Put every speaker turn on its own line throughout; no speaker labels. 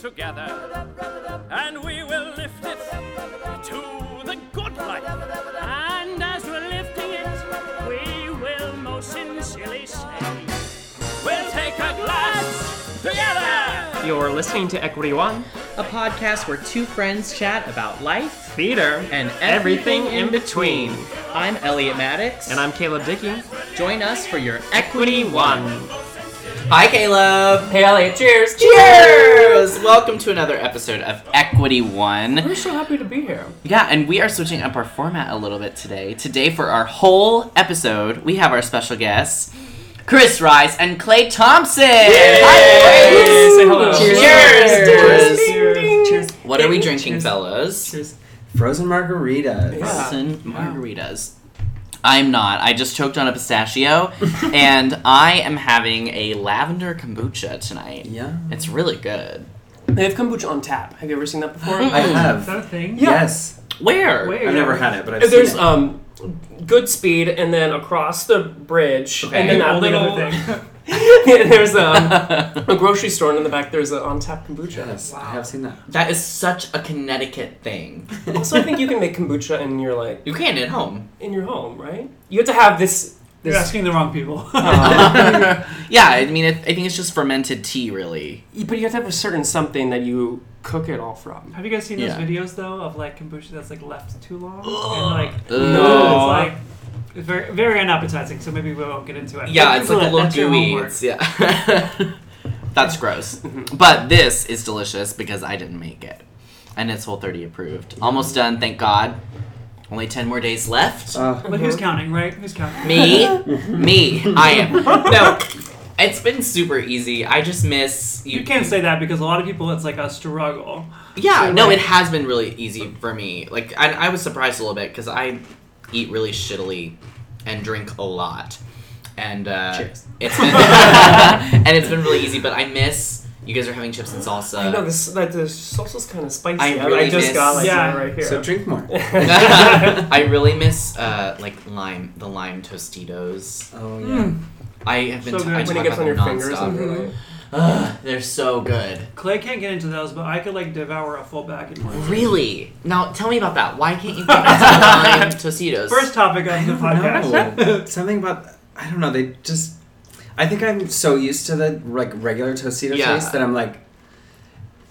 together and we will lift it to the good life. And as we're lifting it, we will most sincerely say, We'll take a glass together.
You're listening to Equity One, a podcast where two friends chat about life, theater, and everything in between. I'm Elliot Maddox.
And I'm Caleb Dickey.
Join us for your Equity One.
Hi, Caleb.
Hey, Elliot. Cheers.
Cheers! Welcome to another episode of Equity One.
We're so happy to be here.
Yeah, and we are switching up our format a little bit today. Today, for our whole episode, we have our special guests, Chris Rice and Clay Thompson. Hi, boys.
Say hello.
Cheers. Cheers.
Cheers.
What are we drinking, fellas?
Frozen margaritas.
Frozen margaritas. I'm not. I just choked on a pistachio, and I am having a lavender kombucha tonight.
Yeah.
It's really good.
They have kombucha on tap. Have you ever seen that before?
I have. Yes.
Where?
I've never had it, but I've
There's
seen it.
um, good speed, and then across the bridge, and then that little. Yeah, there's um, a grocery store, and in the back there's an on tap kombucha.
Yes, I have seen that.
That is such a Connecticut thing.
Also, I think you can make kombucha in your like
You can at home.
in your home, right? You have to have this. this
You're asking the wrong people.
Yeah, I mean, it, I think it's just fermented tea, really.
but you have to have a certain something that you cook it all from.
Have you guys seen those
Yeah.
videos though of like kombucha that's like left too long? And, like
No.
It's like it's very very unappetizing. So maybe we won't get into it.
Yeah, it's like a little
That's your
gooey.
homework. Mm-hmm.
It's- yeah. That's gross. But this is delicious because I didn't make it. And it's Whole 30 approved. Almost done, thank God. Only 10 more days left.
But who's counting, right? Who's counting?
Me? Me. I am. No. It's been super easy. I just miss
You can't say that because a lot of people, it's like a struggle.
Yeah, no, it has been really easy for me. Like, I, I was surprised a little bit because I eat really shittily and drink a lot, and uh,
Cheers.
it's been and it's been really easy. But I miss you guys are having chips and salsa.
I know this that the salsa's kind of spicy.
Uh, I
I, mean,
really
I just
miss-
got like
Yeah.
that right here.
So drink more.
I really miss uh, like lime, the lime Tostitos.
Oh yeah.
I have been
Hmm. So
t-
good.
I
when
talk
it gets
about
on your
them
fingers, and
nonstop.
you're like,
Ugh, they're so good.
Clay can't get into those, but I could like devour a full bag in one.
Really? Now tell me about that. Why can't you think it's lime Tostitos?
First topic of the podcast.
No. Something about I don't know. They just. I think I'm so used to the like regular Tostito
Yeah.
taste that I'm like.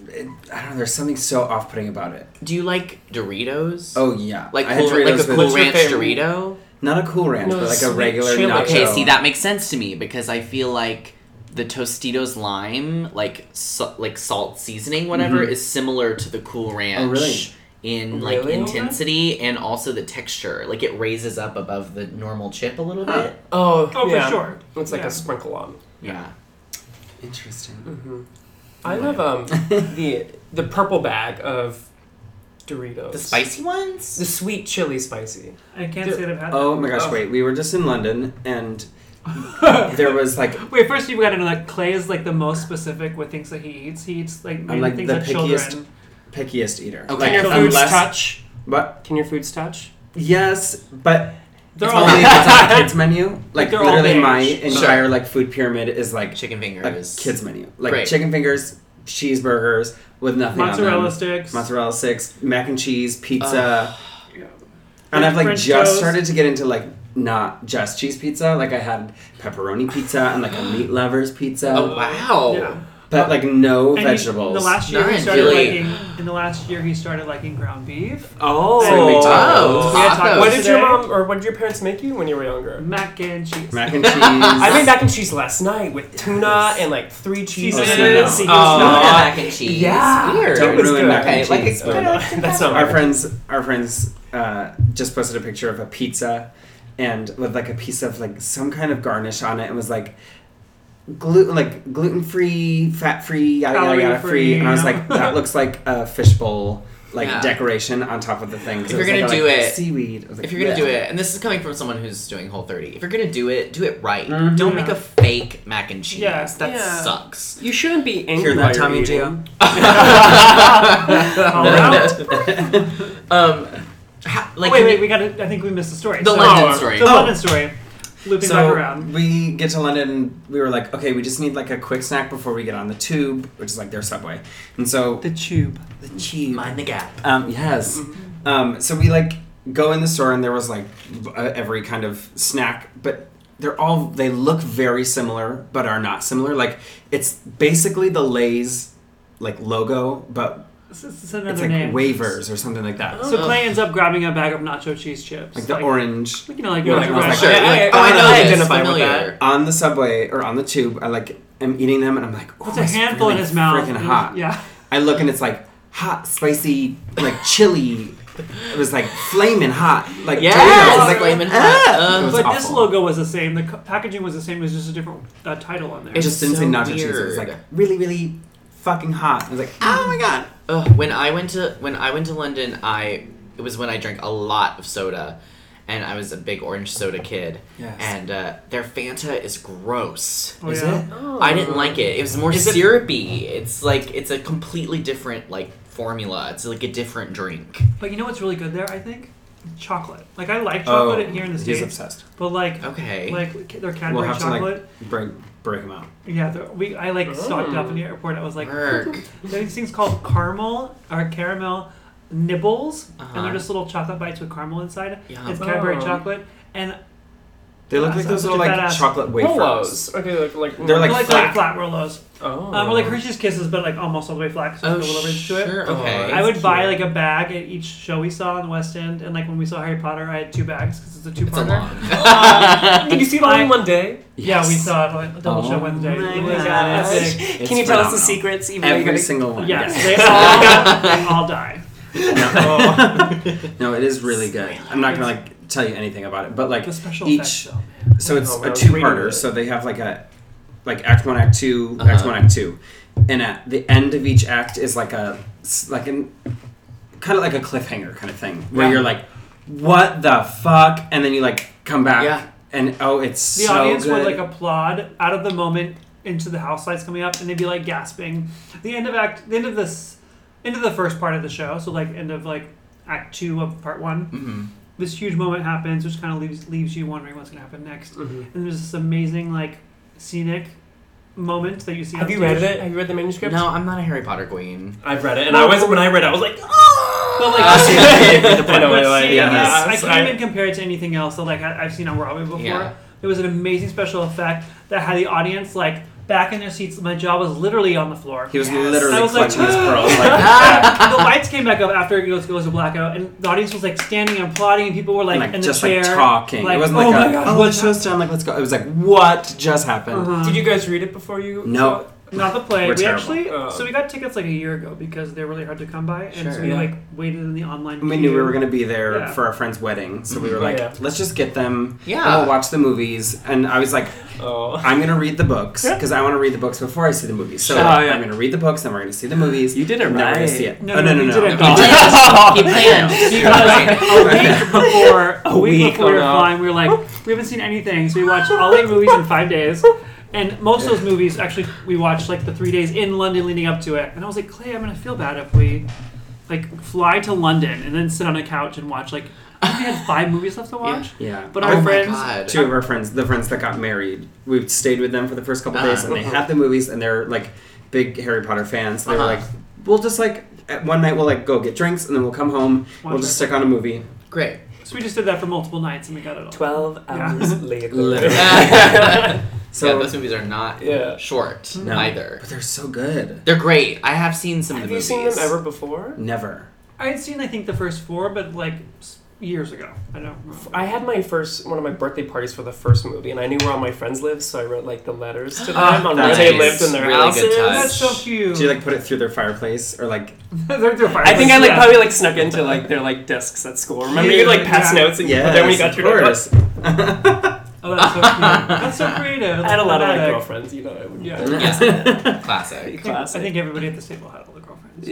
It, I don't know. There's something so off-putting about it.
do you like Doritos?
Oh yeah.
like
I had
cool, like a
Doritos with-
cool ranch
favorite?
Dorito.
Not a cool ranch,
No,
but like a
sweet
regular
chili.
nacho.
Okay, see that makes sense to me because I feel like the Tostitos lime, like sa- like salt seasoning, whatever, is similar to the Cool Ranch
Mm-hmm. Oh, really?
in like
Really?
intensity and also the texture. Like it raises up above the normal chip a little bit.
oh,
Oh, for
yeah.
sure.
It's like
Yeah.
a sprinkle on.
Yeah.
Interesting.
I love um the the purple bag of Doritos.
The spicy
the
ones?
sweet chili spicy.
I can't say that I've had.
Oh my gosh!
Oh.
Wait, we were just in London and there was like
Wait, first you've got to know that Clay is like the most specific with things that he eats. He eats like mainly
like,
things
the
that
pickiest-
children.
pickiest eater.
Okay. um,
Like,
Can your foods
unless,
touch?
But
Can your foods touch?
Yes, but
They're
it's
all-
only if it's on the kids menu. Like
they're all
literally, my
beige.
entire like food pyramid is like
Chicken
a
fingers.
kids menu, like
Great.
chicken fingers, cheeseburgers with nothing. on
Mozzarella
them.
sticks.
mozzarella sticks, mac and cheese, pizza. And I've like
French
just
toast.
started to get into like not just cheese pizza. Like I had pepperoni pizza and like a meat lovers pizza.
Oh wow.
Yeah.
But like no
And he-
vegetables.
the last year he
Nice.
started
Really?
liking. In the last year he started liking ground beef.
Oh,
So we
Oh, tacos.
We had tacos. What did your
today.
mom or what did your parents make you when you were younger?
Mac and cheese.
mac and cheese.
I made mac and cheese last night with tuna and like three cheeses.
Cheeses.
Oh,
Not mac and cheese.
yeah.
Weird.
Uh, Don't
It was
ruin
good.
mac and
Okay,
cheese.
like a-
but-
That's not
Our
my
friends, our friends, uh, just posted a picture of a pizza, and with like a piece of like some kind of garnish on it. It was like gluten, like gluten free, fat free, yada yada yada free.
Calorie-free,
And I was
yeah.
like, that looks like a fishbowl like
Yeah.
decoration on top of the thing. 'Cause
If
it
you're
was, like,
gonna
a,
do
like,
it-
seaweed. I was like,
If you're gonna
"Bleh."
do it, and this is coming from someone who's doing Whole 30, if you're gonna do it, do it right.
Mm-hmm.
Don't make a fake mac and cheese.
Yeah.
That
Yeah.
sucks.
You shouldn't be angry.
Hear
while
that,
you're
Tommy
eating.
Geo?
Um, ha-
Oh,
like
Wait,
can
wait,
you-
we got. to I think we missed the story.
The London story.
The
Oh.
London story. Looping back
So
around.
we get to London and we were like, okay, we just need like a quick snack before we get on the tube, which is like their subway. And so
The tube.
mind the gap.
Um, yes. Um, so we like go in the store and there was like b- uh, every kind of snack, but they're all they look very similar but are not similar. Like it's basically the Lay's like logo, but
This is- this is another
it's like
name.
wavers or something like that.
So Clay ends up grabbing a bag of nacho cheese chips.
Like the orange.
You know, like
You're
orange
like,
like,
oh,
Sure.
I- I-
like,
I-
oh, I
I
know this.
identify with
familiar.
that.
On the subway or on the tube, I like am eating them and I'm like, oh,
It's a handful in his mouth.
Freaking
and he-
hot.
Yeah.
I look and it's like hot, spicy, like chili. It was like flaming hot, like
Yeah,
Doritos. I was
like,
like,
flaming
It
hot.
was
But this
awful.
logo was the same. The co- packaging was the same. It was just a different uh, title on there.
It just didn't
so
say nacho cheese. It was
weird.
like really, really fucking hot. I was like, oh my god.
Ugh, when I went to when I went to London, I it was when I drank a lot of soda, and I was a big orange soda kid.
Yes.
And uh, their Fanta is gross.
Oh,
Is
yeah.
it?
I didn't like it. It was more syrupy. It's like it's a completely different like formula. It's like a different drink.
But you know what's really good there? I think chocolate. Like I like
Oh,
chocolate in here in the
he's
states.
obsessed.
But like,
Okay.
like their
We'll
Cadbury
have to
chocolate.
like break break them out.
yeah, they're- we I like stocked up in the airport. I was like,
Work.
These things called caramel or caramel nibbles, and they're just little chocolate bites with caramel inside.
Yum.
It's Cadbury
Oh.
chocolate, and
They look
That's
like those
such a
little like
badass-
chocolate wafers.
Rolos. Okay, like, like
They're
like,
Like flat.
like flat Rolos,
oh.
um, or like Hershey's Kisses, but like almost all the way flat. 'cause
Oh,
there's a little ridge to it.
sure.
Oh,
Okay.
I would
That's
buy like
cute.
a bag at each show we saw in the West End, and like when we saw Harry Potter, I had two bags because it's a
It's a
two-parter.
long.
Did you see the
I-
one in one day?
Yeah, we saw it on a double show Wednesday. It was epic.
It's
Can you tell us
phenomenal.
the secrets? Even though
Every
you gotta-
single one.
Yes, they all they all die.
No, it is really good. I'm not gonna like tell you anything about it, but like
The special
each.
effects,
so it's
Oh, I
a
was
two
reading
parter.
it.
So they have like a like act one, act 2 act
Uh-huh.
one, act two, and at the end of each act is like a s- like an kind of like a cliffhanger kind of thing where
Yeah.
you're like, what the fuck, and then you like come back.
Yeah.
And oh, it's
The
so
audience
good.
would like applaud out of the moment into the house lights coming up, and they'd be like gasping. The end of act, the end of this, end of the first part of the show. So like end of like act two of part one.
Mm-hmm.
This huge moment happens, which kind of leaves leaves you wondering what's gonna happen next.
Mm-hmm.
And there's this amazing like scenic moment that you see.
Have
on
you read
stage.
it? Have you read the manuscript?
No, I'm not a Harry Potter queen.
I've read it, and I was when I read it, I was like, oh!
But like.
Uh,
I
Oh,
know, I know, I-
Seeing
yeah,
this,
I
I
was-
can't
I-
even compare it to anything else that like I- I've seen on Broadway before.
Yeah.
It was an amazing special effect that had the audience like back in their seats. My jaw was literally on the floor.
He was
I
literally
was like,
clutching his pearls. Like,
the lights came back up after it goes, goes to blackout, and the audience was like standing and applauding, and people were like,
like
in the
just
chair,
like talking. it wasn't like
oh
a,
my god,
oh,
what Uh-huh.
the show's done. Like, let's go. It was like, what just happened?
Did you guys read it before you?
No.
Not the play.
We're
we
terrible.
actually
Uh,
so we got tickets like a year ago because they're really hard to come by, and so
Sure.
we
Yeah.
like waited in the online.
We knew we
queue.
were going to be there
Yeah.
for our friend's wedding, so we were like,
Yeah.
let's just get them.
Yeah.
and we'll watch the movies. And I was like,
Oh.
I'm going to read the books because I want to read the books before I see the movies. So
Sure. Oh, yeah.
I'm going to read the books, then we're going to see the movies.
You did it
and Then we're going
right.
to see it.
No,
oh,
no,
no, no,
you
no. Oh,
did it
no.
he planned.
a week before a week,
week,
before we
oh
were
no.
flying, we were like, we haven't seen anything, so we watched all eight movies in five days. And most of those movies, actually, we watched like the three days in London leading up to it. And I was like, Clay, I'm gonna feel bad if we like fly to London and then sit on a couch and watch like. I think we had five movies left to watch.
Yeah.
But
Oh
our
my
friends,
God.
Two of our friends, the friends that got married, we stayed with them for the first couple
Uh-huh.
days, and they had the movies, and they're like big Harry Potter fans. So they were
Uh-huh.
like, we'll just like at one night we'll like go get drinks, and then we'll come home, we'll
Watch
just
it.
stick on a movie.
Great.
So we just did that for multiple nights and we got it all.
12 hours later.
So those movies are not
Yeah.
short either.
But they're so good.
They're great. I have seen some of
Have
the
you
movies.
seen them ever before?
Never.
I had seen, I think, the first four, but like s- years ago. I don't remember.
I had my first one of my birthday parties for the first movie, and I knew where all my friends lived, so I wrote like the letters to them on where
that's
they
Ah, nice.
lived in their
Really
houses.
good touch.
That's so cute.
Do you like put it through their fireplace or like?
They're- they're fine.
I think I like
Yeah.
probably like snuck into like their like desks at school. Remember
Yeah,
you like pass
yeah.
notes and
Yeah.
but then when you got to your
course.
Oh, that's so cute. That's so creative.
I had a lot of like
Like,
girlfriends, you know. I would,
Yeah.
Classic.
I
Classic.
think everybody at this table had all the girlfriends.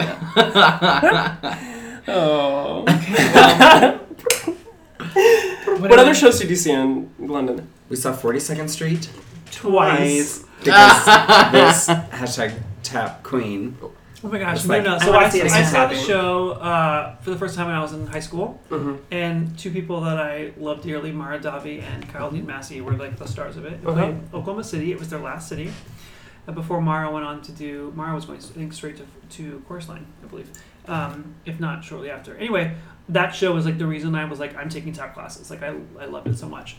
Oh. what other shows did you see in London?
We saw Forty Second Street
Twice.
because this hashtag tap queen.
Oh my gosh,
It's
no,
like-
no.
I
So
wanna
I,
see it
I
again.
saw the show uh, for the first time when I was in high school, and two people that I love dearly, Mara Davi and Kyle Dean Massey, were like the stars of it. It was
Okay.
in Oklahoma City. It was their last city. And uh, before Mara went on to do, Mara was going, I think, straight to, to Chorus Line, I believe, um, if not shortly after. Anyway, that show was like the reason I was like, I'm taking tap classes. Like, I, I loved it so much.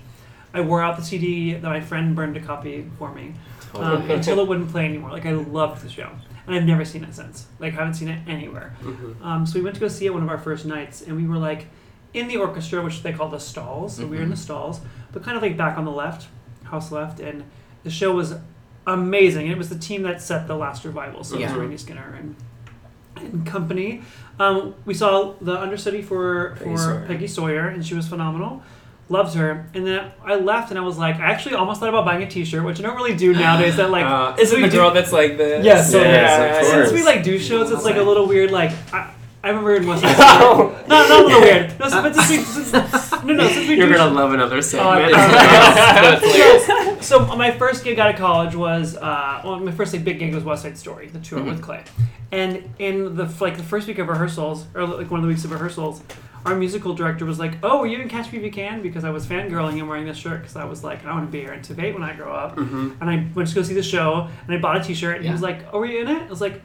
I wore out the CD that my friend burned a copy for me um, until it wouldn't play anymore. Like I loved the show, and I've never seen it since. Like I haven't seen it anywhere. Um, so we went to go see it one of our first nights, and we were like in the orchestra, which they call the stalls. So we were in the stalls, but kind of like back on the left, house left, and the show was amazing. And it was the team that set the last revival, so it
Yeah.
was Randy Skinner and. and company, um, we saw the understudy for for
Peggy Sawyer.
Peggy Sawyer, and she was phenomenal loves her. And then I left and I was like, I actually almost thought about buying a T-shirt, which I don't really do nowadays. That like,
Uh, is it
we
the
do-
girl that's like the
Yes,
yes,
yeah, yeah,
of
yeah.
course.
Since we like do shows, it's like a little weird. Like I, I remember in West Side Story- not not a little weird. No, so- but since we, since, no, no, since we
You're
do
gonna love another
Oh,
segment.
so my first gig out of college was uh, well, my first like, big gig was West Side Story, the tour with Clay, and in the like the first week of rehearsals or like one of the weeks of rehearsals, our musical director was like, "Oh, you didn't catch me if you can," because I was fangirling and wearing this shirt because I was like, "I want to be here in Tibet when I grow up," and I went to go see the show and I bought a T-shirt and he
Yeah.
was like, "Oh, were you in it?" I was like,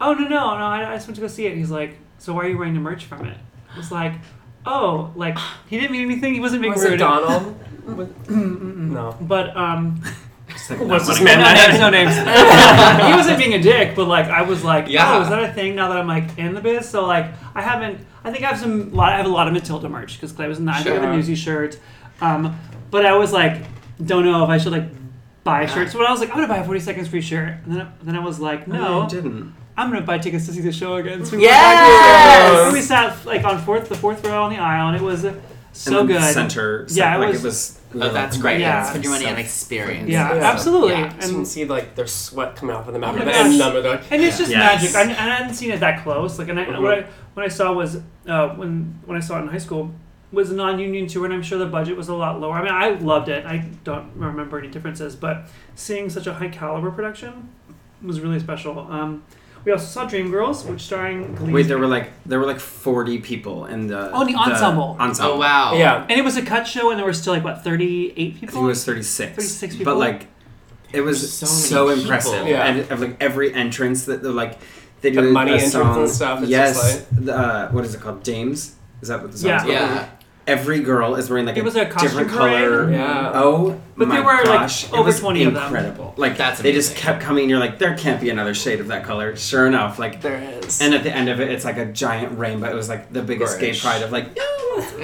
"Oh no no no, I, I just went to go see it." And he's like, "So why are you wearing the merch from it?" I was like. Oh, like he didn't mean anything. He wasn't being
was
rude.
it Donald? With- no.
But um,
It's like,
What's
not
this
money.
man?
no names, no names. he wasn't being a dick, but like I was like,
Yeah.
oh, is that a thing now that I'm like in the biz? So like I haven't. I think I have some. Lot, I have a lot of Matilda merch because Clay was in that. I have a
Sure.
Newsy shirt. Um, but I was like, don't know if I should like buy shirts. So when I was like, I'm gonna buy a 40 seconds free shirt, and then I, then I was like, no,
I didn't.
I'm gonna buy tickets to see the show again. So we went back to the show.
Yes!
And we sat like on fourth, the fourth row on the aisle, and it was so
And then
good.
the Center. so,
Yeah, it
like
was-
It was we
Oh,
were
that's
like,
great.
Yeah.
It's when you want an experience.
Yeah,
Yeah.
absolutely.
Yeah.
So you
And
can see like their sweat come out of the mouth
my
of the end
gosh.
number. They're like,
And it's just
Yes.
magic. I, and I hadn't seen it that close. Like, and I, what I what I saw was uh, when when I saw it in high school was a non-union tour, and I'm sure the budget was a lot lower. I mean, I loved it. I don't remember any differences, but seeing such a high caliber production was really special. Um, we also saw Dreamgirls, which starring Glee.
Wait, there were like there were like forty people in the
Oh, in the ensemble.
ensemble.
Oh wow.
yeah.
and it was a cut show, and there were still like what 38
I
people.
think it was 36.
36 people?
But like, it was so,
so many people.
impressive.
Yeah.
And of like every entrance that they're like, they do
The
a-
money
a
entrance and
song.
stuff, it's
yes.
just
the, uh, what is it called? James? Is that what the song
Yeah.
is called?
Yeah.
Every girl is wearing like
It was a costume
different
parade.
color.
Yeah.
Oh,
But
my
there were, like,
gosh. it
over
was
20 of them.
Incredible. Like
That's
they just
amazing.
kept coming. and You're like, there can't be another shade of that color. Sure enough, like
There it is.
And at the end of it, it's like a giant rainbow. It was like the biggest gay
Gorgeous.
pride of like.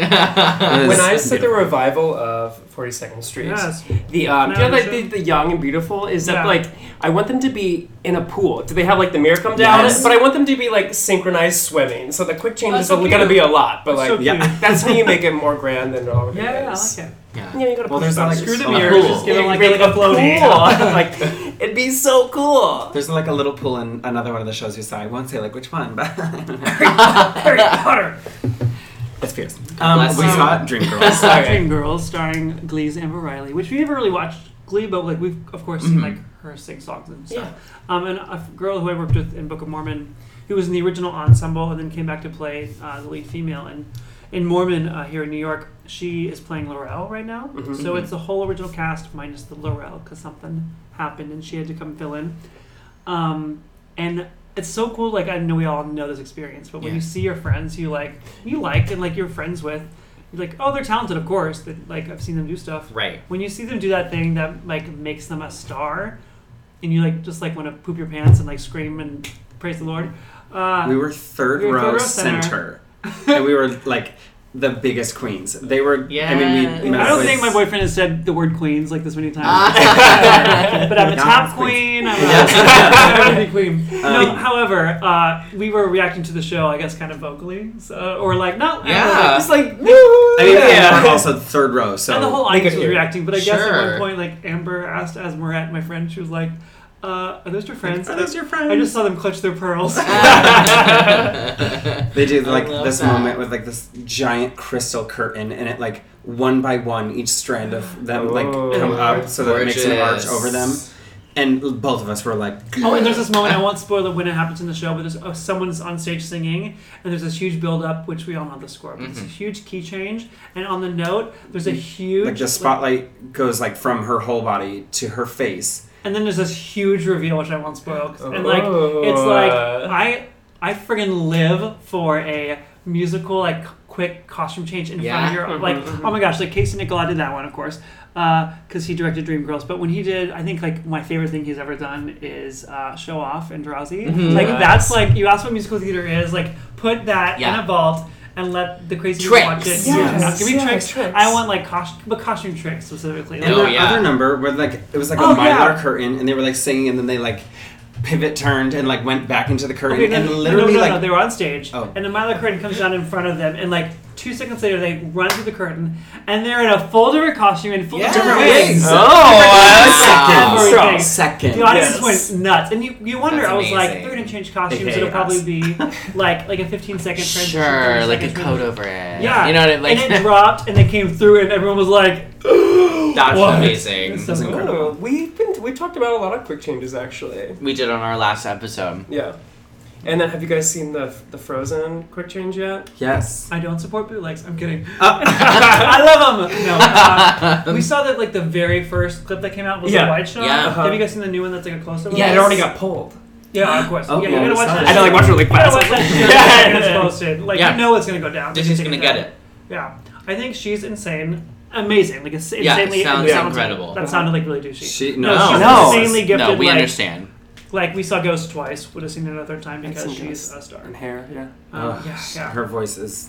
when I said the revival of 42nd Street,
Yes.
the um, you know, like the,
Madison.
the young and beautiful is that
Yeah.
like I want them to be in a pool. Do they have like the mirror come down?
Yes.
But I want them to be like synchronized swimming. So the quick change is
so
going to be a lot. But like
so
yeah.
cute.
that's how you make it more grand than it already
Yeah, I
is.
like it.
Yeah, you gotta
Well,
push
there's
that.
like-
Screw
Screw
the
the
Oh,
mirror.
cool.
Just give them like,
Really
like a floaty.
cool.
like it'd be so cool.
There's like a little pool in another one of the shows we saw. I won't say like which one, but
Harry Potter.
it's fierce. Um,
Bless
we
you.
saw Dream Girls.
Dreamgirls,
Okay.
starring Glee's Amber Riley, which we never really watched Glee, but like we've of course seen like her sing songs and stuff. Um, and a f- girl who I worked with in Book of Mormon, who was in the original ensemble and then came back to play uh, the lead female and in Mormon uh, here in New York, she is playing Laurel right now. So it's the whole original cast minus the Laurel because something happened and she had to come fill in. Um, and it's so cool. Like I know we all know this experience, but when
Yeah.
you see your friends you like, you like, and like you're friends with, you're like, oh, they're talented, of course. That like I've seen them do stuff.
Right.
When you see them do that thing that like makes them a star, and you like just like want to poop your pants and like scream and praise the Lord. Uh,
We were third
We were third
row
row
center, and we were like the biggest queens. They were. I mean, we.
Yes.
I don't
met
think my
with-
boyfriend has said the word queens like this many times.
Ah.
but I'm a top queen. I'm a, I'm a queen.
Um,
No, however, uh, we were reacting to the show, I guess, kind of vocally, so, or like no,
Yeah.
it's like
I mean,
Yeah.
we were also third row, so
and the whole audience was reacting. But I guess at
Sure.
one point, like Amber asked Asmoret, my friend, she was like, uh, "Are those your friends?
Are those your friends?
I just saw them clutch their pearls."
They do like
love
this
that.
moment with like this giant crystal curtain, and it like one by one, each strand of them like come up, so that it makes an arch
Gorgeous.
over them. And both of us were like,
Oh, and there's this moment, I won't spoil it when it happens in the show, but there's oh, someone's on stage singing, and there's this huge build up, which we all know the score, but it's a huge key change, and on the note, there's a huge.
Mm-hmm. like the spotlight goes like from her whole body to her face.
and then there's this huge reveal, which I won't spoil. 'cause- And, like, it's like, I I friggin' live for a musical, like, quick costume change in front
Yeah.
of
Mm-hmm,
your. Like, oh my gosh, like, Casey Nicola did that one, of course, because he directed Dreamgirls, but when he did, I think, like, my favorite thing he's ever done is uh, Show Off and Drowsy.
Mm-hmm.
Like, that's like, you ask what musical theater is, like, put that in
Yeah.
a vault. And let the crazy people
Tricks.
watch it.
Yes.
Yeah, Give me
Yeah,
tricks.
tricks.
I want like costume, but costume tricks specifically. Like,
And
Oh,
the
yeah.
other number where like it was like
Oh,
a mylar
yeah.
curtain, and they were like singing, and then they like pivot turned and like went back into the curtain,
Okay,
and
no, no,
literally
no, no,
like
no, they were on stage,
Oh.
and the Mylar curtain comes down in front of them, and like two seconds later, they run through the curtain, and they're in a full different costume and full different wigs.
Oh,
Everything.
second.
The audience
Yes.
went nuts, and you, you wonder.
That's
I was like,
amazing.
they're gonna change costumes.
hate
It'll probably
us.
be like like a fifteen second transition.
Sure,
30
like a
second
coat
transition.
over it.
Yeah,
You know what I mean?
and it
Like,
dropped, and they came through, and everyone was like,
that's
What?
amazing.
so cool.
Oh, we've been we've talked about a lot of quick changes actually.
We did on our last episode.
Yeah. And then have you guys seen the the Frozen quick change yet?
Yes.
I don't support bootlegs. I'm kidding.
Uh,
I love them. No, uh, we saw that like the very first clip that came out was
Yeah.
the wide shot.
Yeah. Uh-huh.
Have you guys seen the new one that's like a close up?
Yeah, it already got pulled.
Yeah, of course.
Oh, yeah,
yeah, you're
we
gonna watch
saw
that.
it.
I know, like watch it really
You're gonna
fast.
watch that shit
Yeah.
when it's posted. Like
Yeah.
you know it's gonna go down.
Disney's
Take
gonna
down.
get it.
Yeah, I think she's insane, amazing. Like it's
Yeah, it
insanely.
sounds
it
incredible.
That sounded like really douchey.
She- no.
she's
No.
insanely gifted.
no, we
like,
understand.
Like we saw Ghost twice. Would have seen it another time because
seen
she's
Ghost.
a star.
And hair, yeah.
Um,
Ugh,
yeah, yeah.
Her voice is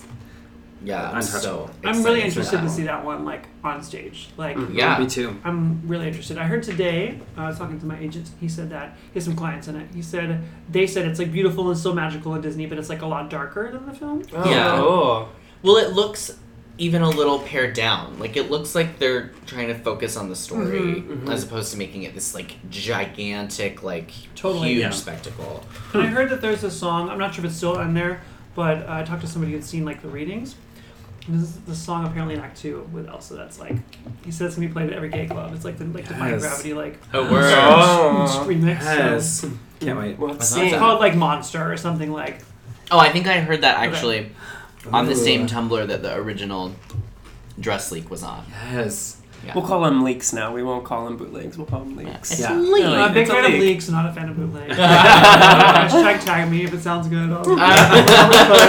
Yeah, I'm so.
I'm really
excited for
interested to
that.
see that one like on stage. Like
Yeah.
me too.
I'm really interested. I heard today, uh, I was talking to my agent, he said that he has some clients in it. He said they said it's like beautiful and so magical in Disney, but it's like a lot darker than the film.
Oh,
Yeah.
cool.
Well, it looks even a little pared down. Like it looks like they're trying to focus on the story
Mm-hmm.
as opposed to making it this like gigantic, like
Totally,
huge
yeah.
spectacle.
And I heard that there's a song, I'm not sure if it's still on there, but uh, I talked to somebody who'd seen like the readings. And this is the song apparently in Act Two with Elsa that's like he says it's gonna be played at every gay club. It's like the like Defying
Yes. Uh,
Gravity like
Oh, word.
Oh.
remix. so-
Yes. Can't wait.
Well, let's
I
see.
thought
Called like Monster or something like
Oh, I think I heard that actually on the same Tumblr that the original dress leak was on.
Yes.
We'll call them leaks now. We won't call them bootlegs. We'll call them leaks.
Yeah.
Leak.
I'm a big
It's a
fan of
leak.
leaks, not a fan of bootlegs. Hashtag tag me if it sounds good. I'll-
Uh,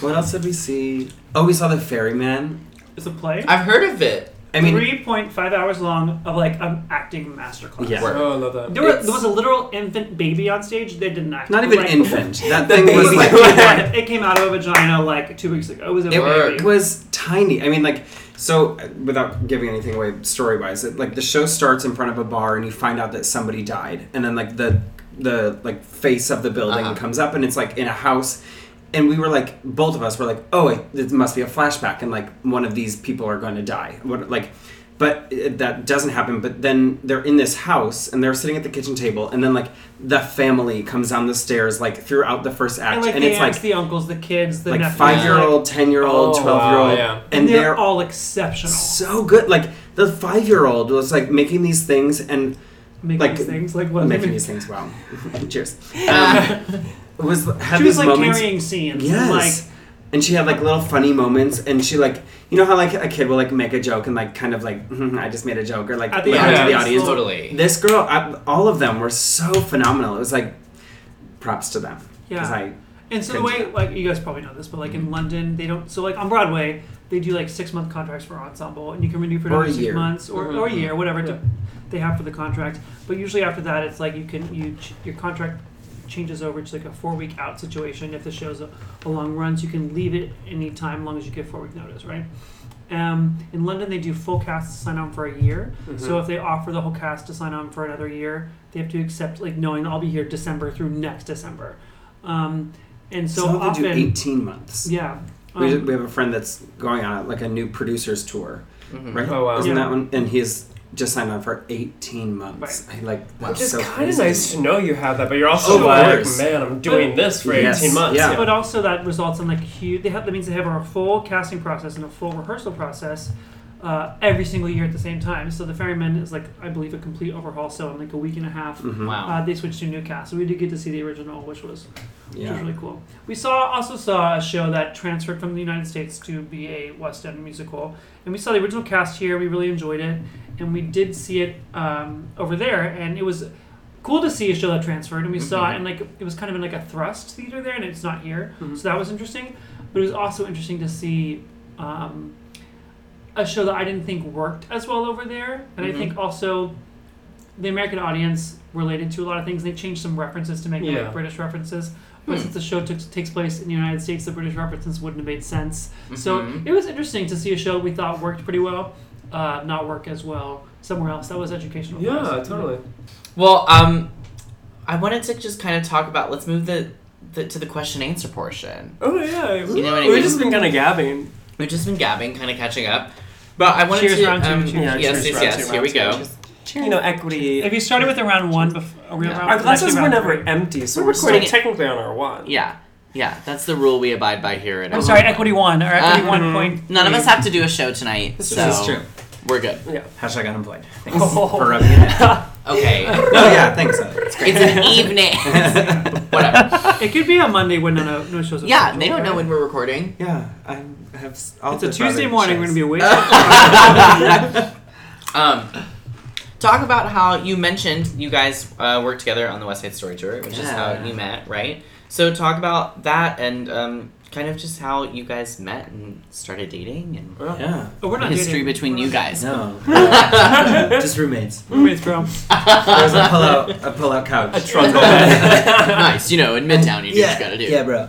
What else did we see? Oh, we saw the ferryman.
It's a play.
I've heard of it.
I mean,
Three point five hours long of like an acting masterclass.
Yeah.
Oh, I love that.
There, were, there was a literal infant baby on stage. They did not.
not even
like,
infant. That thing was
It
like
came out- it came out of a vagina like two weeks ago. It was a
It
baby.
it was tiny. I mean, like so uh, without giving anything away story wise, it, like the show starts in front of a bar and you find out that somebody died, and then like the the like face of the building comes up and it's like in a house. And we were like, both of us were like, oh, it, it must be a flashback, and like one of these people are going to die. What like, but it, that doesn't happen. But then they're in this house and they're sitting at the kitchen table, and then like the family comes down the stairs like throughout the first act,
And
and,
like the
it's like
aunts, the uncles, the kids, the
like
nephews,
five year old, ten year old,
Oh,
twelve year
wow,
old,
yeah.
and
and
they're,
they're all
all exceptional.
so good. Like the five year old was like making these things and
making
like-
these things like what?
making these things. Wow, cheers. Um, was had
She was
these
like
moments.
carrying scenes.
yes.
And, like
and she had like little funny moments, and she like you know how like a kid will like make a joke and like kind of like "Mhm, I just made a joke or like
At the
look
end,
out to the
it's
audience.
totally.
This girl, I, all of them were so phenomenal. It was like props to them. 'Cause
Yeah.
I, Mm-hmm.
And so the way, like you guys probably know this, but like in London, they don't. So like on Broadway, they do like six month contracts for ensemble, and you can renew for
Or a
another six
year.
months or, or a year, whatever to, they have for the contract. But usually after that, it's like you can you ch- your contract changes over to like a four week out situation if the show's a, a long run, so you can leave it any time, long as you give four week notice, right? Um, in London, they do full cast sign on for a year.
Mm-hmm.
So if they offer the whole cast to sign on for another year, they have to accept, like knowing I'll be here December through next December. Um, and so
Some of
often,
them do 18 months.
yeah,
We,
um,
we have a friend that's going on like a new producers tour, right?
Oh, wow.
Isn't
Yeah.
that one? And he's just signed on for 18 months. I like that's
Which is
so
kind of
crazy.
nice to know you have that, but you're also
Of
like,
course.
man, I'm doing this for
Yes,
18 months.
yeah.
but also that results in like huge. They have that means they have a full casting process and a full rehearsal process uh, every single year at the same time. So the ferryman is like I believe a complete overhaul. So in like a week and a half,
Mm-hmm.
Wow.
uh, they switched to a new cast. So we did get to see the original, which was which was
Yeah.
really cool. We saw also saw a show that transferred from the United States to be a West End musical, and we saw the original cast here. We really enjoyed it, and we did see it um, over there, and it was cool to see a show that transferred. And we
Mm-hmm.
saw it, and like it was kind of in like a thrust theater there, and it's not here,
Mm-hmm.
so that was interesting. But it was also interesting to see. Um, a show that I didn't think worked as well over there, and
Mm-hmm.
I think also the American audience related to a lot of things. They changed some references to make them
Yeah. Hmm.
like British references, but since the show took takes place in the United States, the British references wouldn't have made sense. So
Mm-hmm.
it was interesting to see a show we thought worked pretty well, uh, not work as well somewhere else. That was educational. for
Yeah,
us.
totally.
Well, um, I wanted to just kind of talk about. Let's move the, the to the question answer portion.
Oh, yeah.
You know what I
We've
mean?
just been kind of gabbing.
We've just been gabbing, kind of catching up. But I wanted
Cheers,
to.
round two,
um,
cheers.
Yeah,
yes,
cheers,
yes,
round
yes.
two,
here
round
we
two,
go.
cheers. You know, equity.
If you started with a round one, before, we
Yeah.
round
our
it's actually
glasses were
round
never
three.
empty, so we're still
recording it.
technically on our one.
Yeah, yeah. That's the rule we abide by here. At
I'm
Omaha.
sorry, equity one or equity
Uh,
one point.
None of us have to do a show tonight, so
This is true.
we're good.
Hashtag unemployed. Thanks
Oh.
for rubbing it in.
Okay,
No, yeah, thanks. Ellie. It's great.
it's an evening. Whatever.
It could be a Monday when no, no shows. are
Yeah,
scheduled,
they don't know
right?
when we're recording.
Yeah, I'm- I have. s- All
It's a Tuesday morning. We're gonna be awake.
Um, talk about how you mentioned you guys uh, worked together on the West Side Story tour, which is how
Yeah.
you met, right? So talk about that and um, kind of just how you guys met and started dating and
Yeah.
Oh, we're
the
not
history
dating.
between you guys.
No. Just roommates.
Roommates, bro.
There's a pull out a pull out couch.
nice, you know, in Midtown, you do what
yeah.
you gotta do.
Yeah, bro.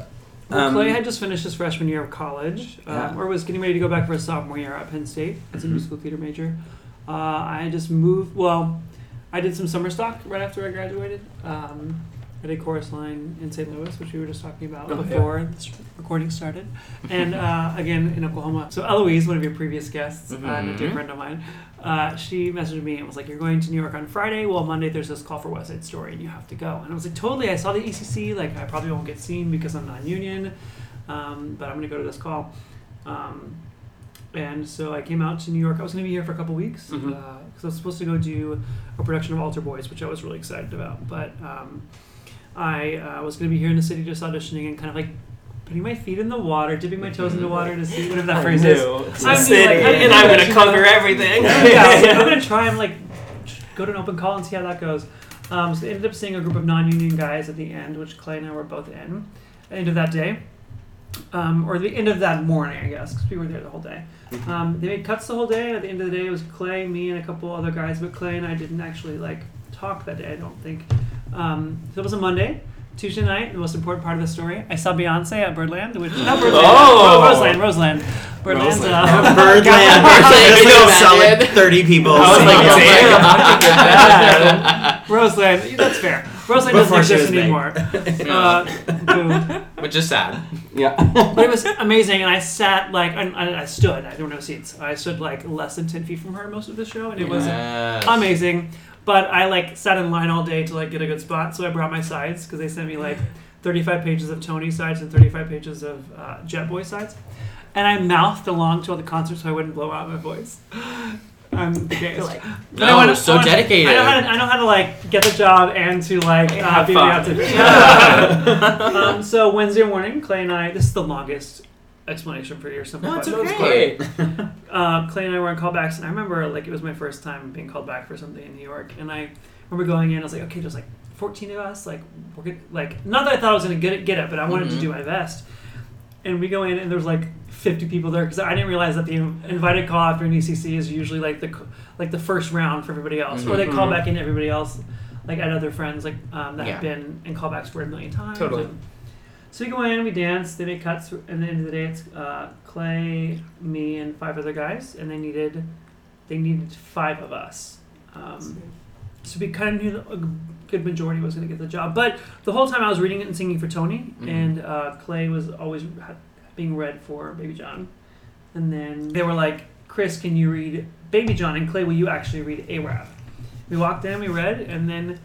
Well,
Um,
Clay had just finished his freshman year of college, um,
Yeah.
or was getting ready to go back for his sophomore year at Penn State as a musical theater major. Uh, I had just moved. Well, I did some summer stock right after I graduated. Um, I did chorus line in St. Louis, which we were just talking about
yeah.
before this recording started, and uh, again in Oklahoma. So Eloise, one of your previous guests, uh, and a dear friend of mine, uh, she messaged me and was like, "You're going to New York on Friday. Well, Monday there's this call for West Side Story, and you have to go." And I was like, "Totally. I saw the ECC. Like, I probably won't get seen because I'm non-union, um, but I'm gonna go to this call." Um, and so I came out to New York. I was going to be here for a couple weeks because
Mm-hmm.
I was supposed to go do a production of Alter Boys, which I was really excited about. But um, I uh, was going to be here in the city just auditioning and kind of like putting my feet in the water, dipping my toes in the water to see whatever that
I
phrase
knew.
is.
It's
I
a
knew,
city,
like, I knew
and I'm
that
gonna
you
conquer
know.
everything.
yeah, I was like, I'm gonna try and like go to an open call and see how that goes. Um, so they ended up seeing a group of non-union guys at the end, which Clay and I were both in. At the end of that day, um, or the end of that morning, I guess, because we were there the whole day. Um, they made cuts the whole day, and at the end of the day, it was Clay, me, and a couple other guys. But Clay and I didn't actually like talk that day. I don't think. Um, so it was a Monday. Tuesday night, the most important part of the story. I saw Beyonce at Birdland, which not Birdland,
Oh!
Ro- Roseland, Roseland, Birdland. uh,
Birdland. There's like a
Imagine.
solid 30 people.
I was
singing.
like, damn.
Roseland, that's fair. Roseland doesn't
Before she
exist
was big.
anymore. Uh, boo.
Which is sad.
yeah.
but it was amazing, and I sat like and I, I stood. I don't know seats. I stood like less than ten feet from her most of the show, and it was
Yes.
amazing. But I like sat in line all day to like get a good spot, so I brought my sides because they sent me like 35 pages of Tony sides and 35 pages of uh, Jet Boy sides, and I mouthed along to all the concerts so I wouldn't blow out my voice. I'm the gayest. But I
No,
wanna-
Oh, so
I wanna-
dedicated.
I know, how to, I know how to like get the job and to like uh,
Have
be
fun.
the
Uh-huh.
um, So Wednesday morning, Clay and I. This is the longest explanation for your simple.
No, it's
question.
okay.
Uh, Clay and I were on callbacks, and I remember like it was my first time being called back for something in New York, and I remember going in. I was like, okay, there's like
Mm-hmm.
14 of us. Like we're gonna, like not that I thought I was gonna get it, get it, but I wanted to do my best. and we go in and there's like 50 people there because I didn't realize that the invited call after an ECC is usually like the like the first round for everybody else, or they
Mm-hmm.
call back in everybody else, like at other friends like um, that have
Yeah.
been in callbacks for a million times.
Totally.
And- so we go in, we dance. They make cuts, and at the end of the day, it's uh, Clay, me, and five other guys, and they needed they needed five of us. Um, so we kind of knew that a good majority was going to get the job. But the whole time I was reading it and singing for Tony, and uh, Clay was always ha- being read for Baby John. And then they were like, Chris, can you read Baby John? And Clay, will you actually read ARAP? We walked in, we read, and then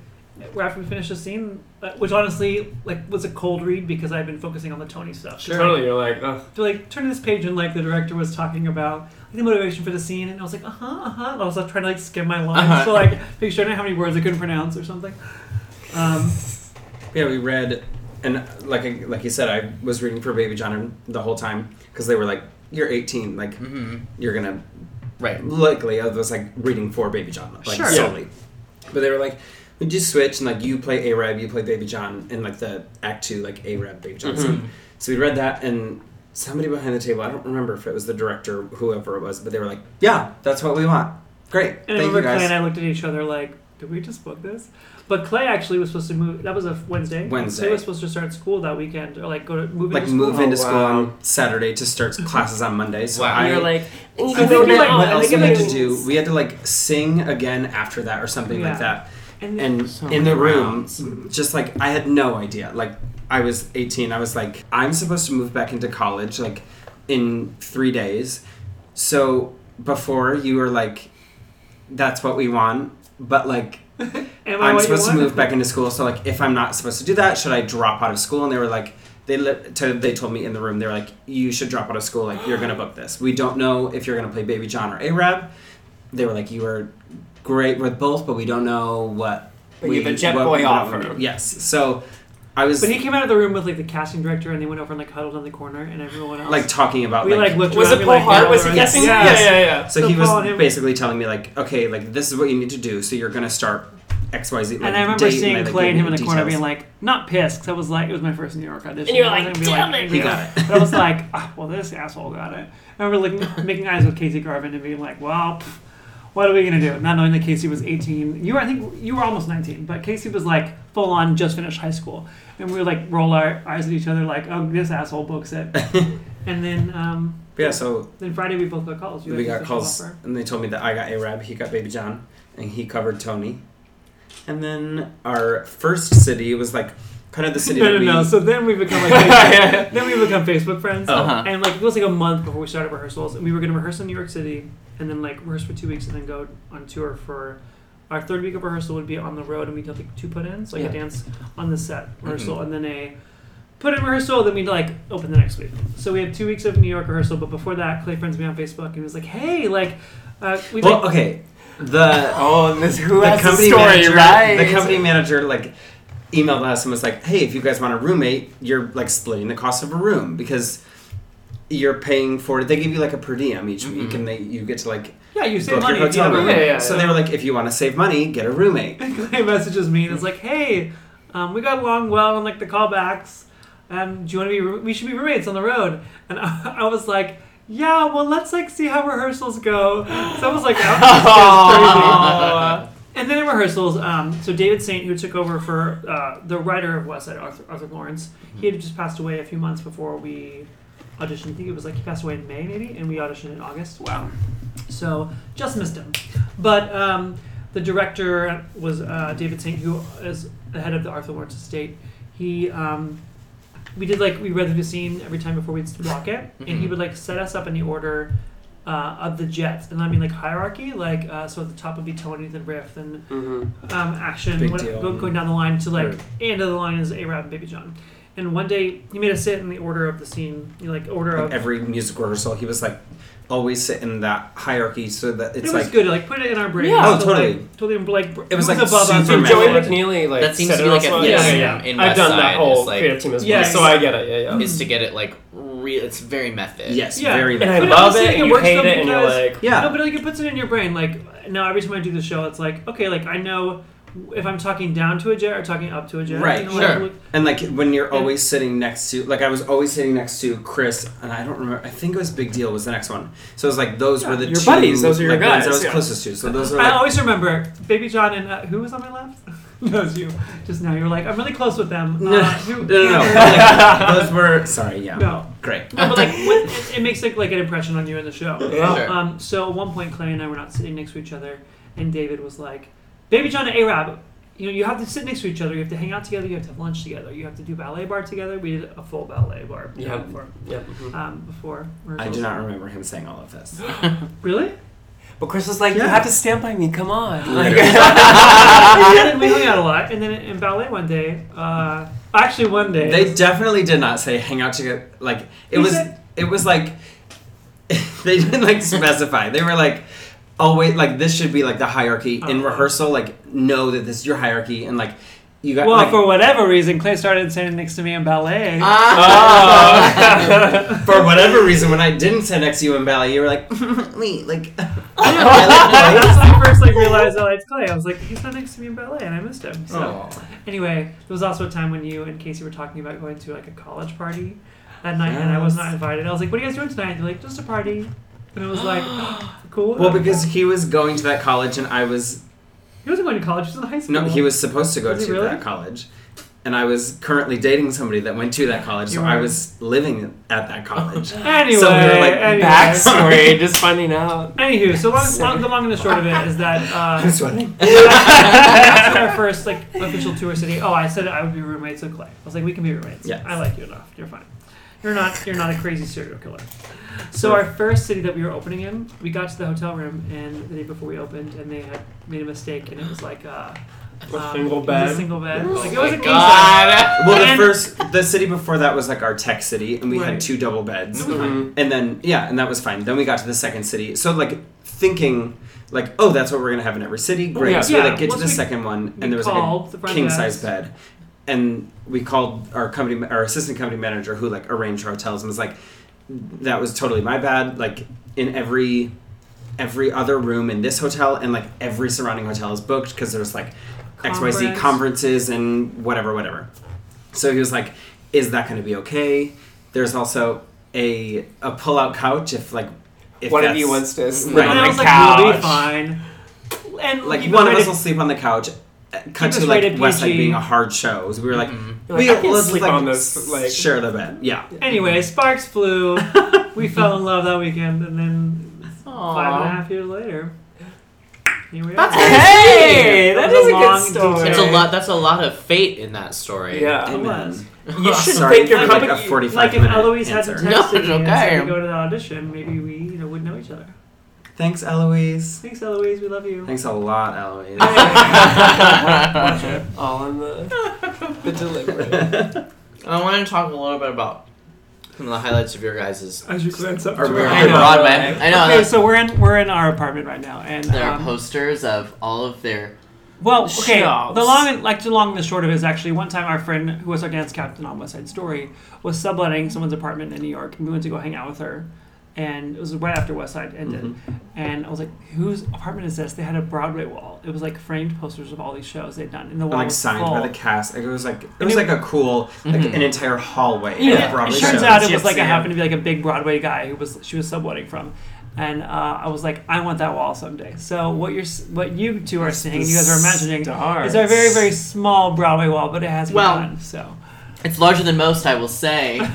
after we finished the scene, uh, which honestly like was a cold read because I'd been focusing on the Tony stuff. Just,
Totally,
Like,
you're like, ugh.
to like turn to this page and like the director was talking about like, the motivation for the scene, and I was like, uh huh, uh huh. And I was like, trying to like skim my lines
Uh-huh.
to like make sure I didn't have any words I couldn't pronounce or something. Um,
Yeah, we read, and like I- like you said, I was reading for Baby John and the whole time because they were like, "You're 18, like you're gonna."
Right.
Likely, I was like reading for Baby John, like
Sure.
solely. But they were like, "We just switch and like you play Arab, you play Baby John, and like the Act Two, like Arab Baby John." scene. So we read that and. Somebody behind the table, I don't remember if it was the director, whoever it was, but they were like, "Yeah, that's what we want. Great,
and I
thank you
remember
guys."
Clay and I looked at each other like, did we just book this? But Clay actually was supposed to move. That was a Wednesday.
Wednesday.
Clay was supposed to start school that weekend or like go to move
like
into school.
move into
Oh,
school
wow.
on Saturday to start classes on Monday. So
Wow.
I,
You're
like,
Oh,
you
I
don't
don't know
know
what
I
else we
think
had to
it's-
do. We had to like sing again after that or something
Yeah.
like that.
And-
And, in the room, just like I had no idea. Like I was 18. I was like, I'm supposed to move back into college like in three days. So before you were like, that's what we want, but like.
Am I
I'm
what you
supposed to
want?
move back into school, so like if I'm not supposed to do that, should I drop out of school? And they were like, they li- t- they told me in the room, they were like, you should drop out of school. Like you're gonna book this. We don't know if you're gonna play Baby John or Arab. They were like, you are great with both, but we don't know what.
But
we,
you have a Jet
what
Boy
we want to
offer.
do." Yes. So I was
But he came out of the room with like the casting director, and they went over and like huddled in the corner, and everyone else
like talking about
we like,
like
looked.
Was
around,
it
we,
Paul
like,
Hart? Was he
yeah,
guessing?
yeah.
Yeah, yeah, yeah.
So
So
he was
Paul and him-
basically telling me like, okay, like this is what you need to do. So you're gonna start X Y Z. Like,
and I remember
date,"
seeing
I, like,
Clay
gave
and him in the
details.
corner being like, not pissed, because I was like, it was my first New York audition.
And you're
I
like,
wasn't gonna be
"Damn it!"
angry
He
got
about But I was like, "Ah, well, this asshole got it. And I remember looking, making eyes with Casey Garvin and being like, well, pff, what are we going to do? Not knowing that Casey was 18. You were, I think, you were almost 19, but Casey was like full on, just finished high school. And we would like roll our eyes at each other like, oh, this asshole books it. and then, um,
yeah. So
then Friday we both got calls.
we
had the
got
official
calls
offer.
and they told me that I got Arab, he got Baby John, and he covered Tony. And then our first city was like kind of the city
No,
that
no,
we
no. So then we become like Facebook, then we become Facebook friends,
Uh-huh.
and like it was like a month before we started rehearsals, and we were gonna rehearse in New York City, and then like rehearse for two weeks, and then go on tour for our third week of rehearsal would be on the road, and we'd have like two put ins, like a dance on the set
Mm-hmm.
rehearsal, and then a put in rehearsal, then we'd like open the next week. So we had two weeks of New York rehearsal, but before that, Clay friends me on Facebook, and he was like, hey, like. Uh, we
Well,
like,
okay. The
Oh, and this who
the
has the
company
story,
manager,
right?
the company manager like emailed us and was like, "Hey, if you guys want a roommate, you're like splitting the cost of a room because you're paying for it. They give you like a per diem each week,
Mm-hmm.
and they you get to like
yeah, you save
book
money.
your
if you
hotel
have a
room.
roommate.
Yeah, yeah,
So they were like, "If you want to save money, get a roommate."
Clay messages me and is like, "Hey, um, we got along well on like the callbacks. Um, do you want to be? roo- We should be roommates on the road." And I, I was like, "Yeah, well, let's like see how rehearsals go." So I was like, "Oh, out. And then in rehearsals, um, so David Saint, who took over for uh, the writer of West Side, Arthur, Arthur Lawrence, he had just passed away a few months before we auditioned. I think it was like he passed away in May, maybe, and we auditioned in August. Wow. So just missed him. But um, the director was uh, David Saint, who is the head of the Arthur Lawrence Estate. He um, we did like we read through the scene every time before we'd walk it, and he would like set us up in the order uh, of the jets, and I mean like hierarchy, like uh, so at the top would be Tony, then Riff, then um, action
Big
what,
deal.
go- going down the line to like
Right.
end of the line is A Rab and Baby John. And one day he made us sit in the order of the scene, you know, like order
like
of
every music rehearsal, he was like always sit in that hierarchy so that it's
it was
like
good. Like put it in our brain.
Yeah.
Oh,
So, like,
totally.
totally. Like
It was, like,
above us.
super
and
Joey
Madeline.
McNeely, like,
That seems
said
to
it
be like
also.
a
yeah,
theme
yeah, yeah.
in
I've
West
done
Side,
that whole
is, like-
creative team as well,
Yes.
so I get it. Yeah, yeah.
is to get it like real. It's very method.
yes,
Yeah.
very
and I
But it
love
also-
it,
it
and you
works
hate
though
it, and you're
because-
like,
yeah.
No, but like it puts it in your brain. Like now, every time I do the show, it's like okay, like I know if I'm talking down to a jet or talking up to a jet.
Right,
you know, like,
sure.
with-
And like when you're always sitting next to, like I was always sitting next to Chris, and I don't remember. I think it was Big Deal was the next one. So it was like those were the
your
two,
buddies, those are your
like, ones
guys,
I was
yeah.
closest to. So those are
I
like,
always remember Baby John and uh, who was on my left? that was you. Just now, you were like, I'm really close with them. Uh,
no,
who,
no, no. Like, those were sorry, yeah,
No.
great.
No, but like when, it, it makes like like an impression on you in the show.
Sure.
Um, so at one point, Clay and I were not sitting next to each other, and David was like, "Baby John and Arab, you know, you have to sit next to each other. You have to hang out together. You have to have lunch together. You have to do ballet bar together. We did a full ballet bar
Yeah.
before,
Yeah. mhm.
Mm-hmm.
um, before
I
rehearsals.
do not remember him saying all of this.
really.
But Chris was like, "You
Yeah.
have to stand by me. Come on."
and
Like,
then we hung out a lot, and then in ballet one day, uh, actually one day,
They definitely did not say hang out together. Like it
They
was,
said-
it was like they didn't like specify. They were like, oh wait, like this should be like the hierarchy in
Oh.
rehearsal. Like know that this is your hierarchy, and like you got
well,
like,
for whatever reason, Clay started standing next to me in ballet.
Ah. Uh,
for whatever reason when I didn't sit next to you in ballet, you were like wait, like I
That's when I first like realized I liked Clay. I was like, he's not next to me in ballet, and I missed him. So
like Clay.
anyway, there was also a time when you and Casey were talking about going to like a college party that night, and I was not invited. I was like, what are you guys doing tonight? And they're like, just a party. And I was like, cool.
Well, because he was going to that college and I was
he wasn't going to college; he was in high school.
no, he was supposed to go
Was he
to
really?
that college. And I was currently dating somebody that went to that college, so
You
I
were.
was living at that college.
Anyway,
So we were, like,
anyway.
backstory, just finding out.
Anywho, so long, long, the long and the short of it is that uh,
sweating.
after our first like official tour city, oh, I said I would be roommates with Clay. I was like, we can be roommates.
Yes.
I like you enough. You're fine. You're not. You're not a crazy serial killer. So our first city that we were opening in, we got to the hotel room, and the day before we opened, and they had made a mistake, and it was like uh, um, it
single
was
bed?
A single
Oh
bed. Like it was a king size.
Well, the
And-
first, the city before that was like our tech city, and we
Right. Mm-hmm.
had two double beds. And then, yeah, and that was fine. Then we got to the second city. So, like, thinking, like, oh, that's what we're going to have in every city. Great.
yeah.
So, we
Yeah,
like, get to
once
the
we-
second one,
we
and there was
called
like
the
a
front
king size
desk.
bed. And we called our company, ma- our assistant company manager, who like arranged hotels, and was like, that was totally my bad. Like, in every every other room in this hotel and like every surrounding hotel is booked because there's like XYZ
Conference.
conferences and whatever, whatever. So he was like, "Is that going to be okay?" There's also a a pull-out couch if like if
One of
that's-
you wants to sleep
Right.
And
on
I
the
was like,
couch.
we'll be fine. And
like
even
one of
rated-
us will sleep on the couch. Uh, Cut
us
to like
rated Mm-hmm.
Westside
PG.
being a hard show, so we were like,
You're like,
"We-
"I can't
let's
sleep
like
on this, like-
share the bed." Yeah,
Anyway, sparks flew. we fell in love that weekend, and then five and a half years later, here we are.
Hey,
It
that
was
is a
a
good
long
story.
detail.
It's a lot. That's a lot of fate in that story.
It
Yeah.
was.
You should
sorry,
thank your
that was, like
company.
a forty-five
Like if
minute
Eloise
answer.
hadn't texted
No, it's
me and said
okay.
to go to the audition, maybe we you know wouldn't know each other.
Thanks, Eloise.
Thanks, Eloise. We love you.
Thanks a lot, Eloise.
All in the, the delivery.
I want to talk a little bit about some of the highlights of your guys'
As you glance up
Are we-
I know, Broadway. I know.
Okay, so we're in we're in our apartment right now, and
there are
um,
posters of all of their.
Well, okay.
Shucks.
The long, and, like the long and the short of it is actually one time our friend who was our dance captain on West Side Story was subletting someone's apartment in New York, and we went to go hang out with her. And it was right after West Side ended,
Mm-hmm.
and I was like, "Whose apartment is this?" They had a Broadway wall. It was like framed posters of all these shows they'd done, and the wall
like
was
signed
full.
by the cast. Like, it was like it
And
was
it-
like a cool like an entire hallway.
Mm-hmm. Yeah,
of Broadway
it turns
shows.
out it was like it
Gypsy.
happened to be like a big Broadway guy who was she was subletting from, and uh, I was like, I want that wall someday. So what you're s- what you two are seeing, you guys are imagining, is a very very small Broadway wall, but it has
Well-
begun. So
It's larger than most, I will say. uh,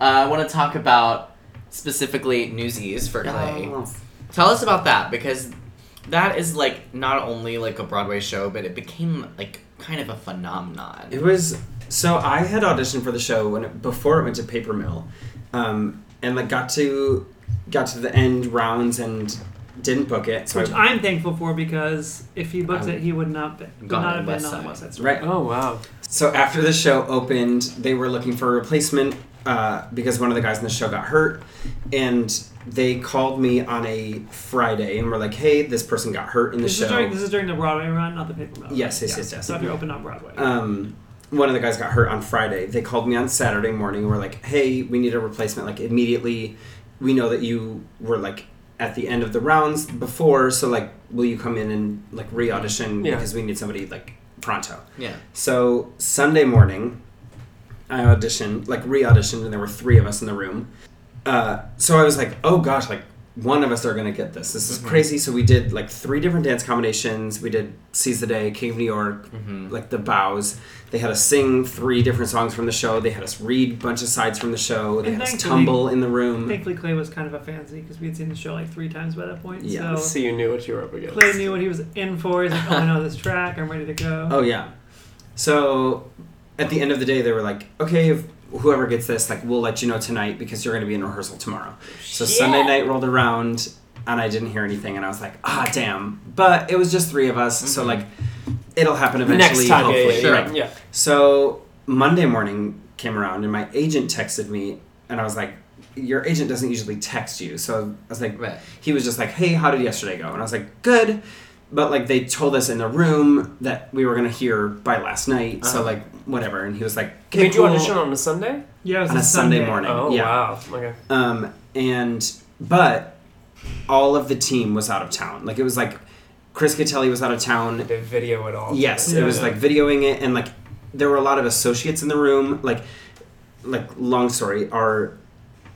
I want to talk about specifically Newsies for Clay. Tell us about that because that is like not only like a Broadway show, but it became like kind of a phenomenon.
It was so I had auditioned for the show when it, before it went to Paper Mill, um, and like got to got to the end rounds and didn't book it. So
which
I,
I'm thahankful for because if he booked
I
it, he would not be, would
Gone
not have
on
been
West
on
Side.
West Side. Story.
right.
Oh wow.
So after the show opened, they were looking for a replacement uh, because one of the guys in the show got hurt, and they called me on a Friday and were like, "Hey, this person got hurt in the
This
show."
is during this is during the Broadway run, not the paper mill.
Yes, yes, yes, yes.
So if you're open on Broadway,
um, one of the guys got hurt on Friday. They called me on Saturday morning and were like, "Hey, we need a replacement like immediately. We know that you were like at the end of the rounds before, so like, will you come in and like re audition
Yeah.
because we need somebody like pronto?
Yeah.
So Sunday morning, I auditioned, like re auditioned, and there were three of us in the room. Uh, so I was like, oh gosh, like one of us are gonna get this. This
Mm-hmm.
is crazy. So we did like three different dance combinations. We did Seize the Day, King of New York,
Mm-hmm.
like the bows. They had us sing three different songs from the show. They had us read a bunch of sides from the show. They
And
had us
thankfully-
tumble in the room.
Thankfully, Clay was kind of a fancy because we had seen the show like three times by that point.
Yeah.
So
So you knew what you were up against.
Clay knew what he was in for. He's like, oh, I know this track. I'm ready to go.
Oh yeah. So at the end of the day, they were like, okay, if whoever gets this, like, we'll let you know tonight because you're going to be in rehearsal tomorrow. So Sunday night rolled around, and I didn't hear anything, and I was like, ah, damn. But it was just three of us, so like, it'll happen eventually.
Mm-hmm. Next time, yeah, yeah,
hopefully.
yeah,
Right.
yeah.
So Monday morning came around, and my agent texted me, and I was like, your agent doesn't usually text you, so I was like,
Right.
he was just like, hey, how did yesterday go? And I was like, good. But like they told us in the room that we were gonna hear by last night, so like whatever. And he was like, okay,
Uh-huh. Did you
cool.
audition on a Sunday?
Yeah, it was
on a Sunday morning.
Oh
yeah.
wow. Okay.
Um, and but all of the team was out of town. Like it was like Chris Catelli was out of town.
Did video at all?
Yes,
Yeah.
it was like videoing it, and like there were a lot of associates in the room. Like, like long story, our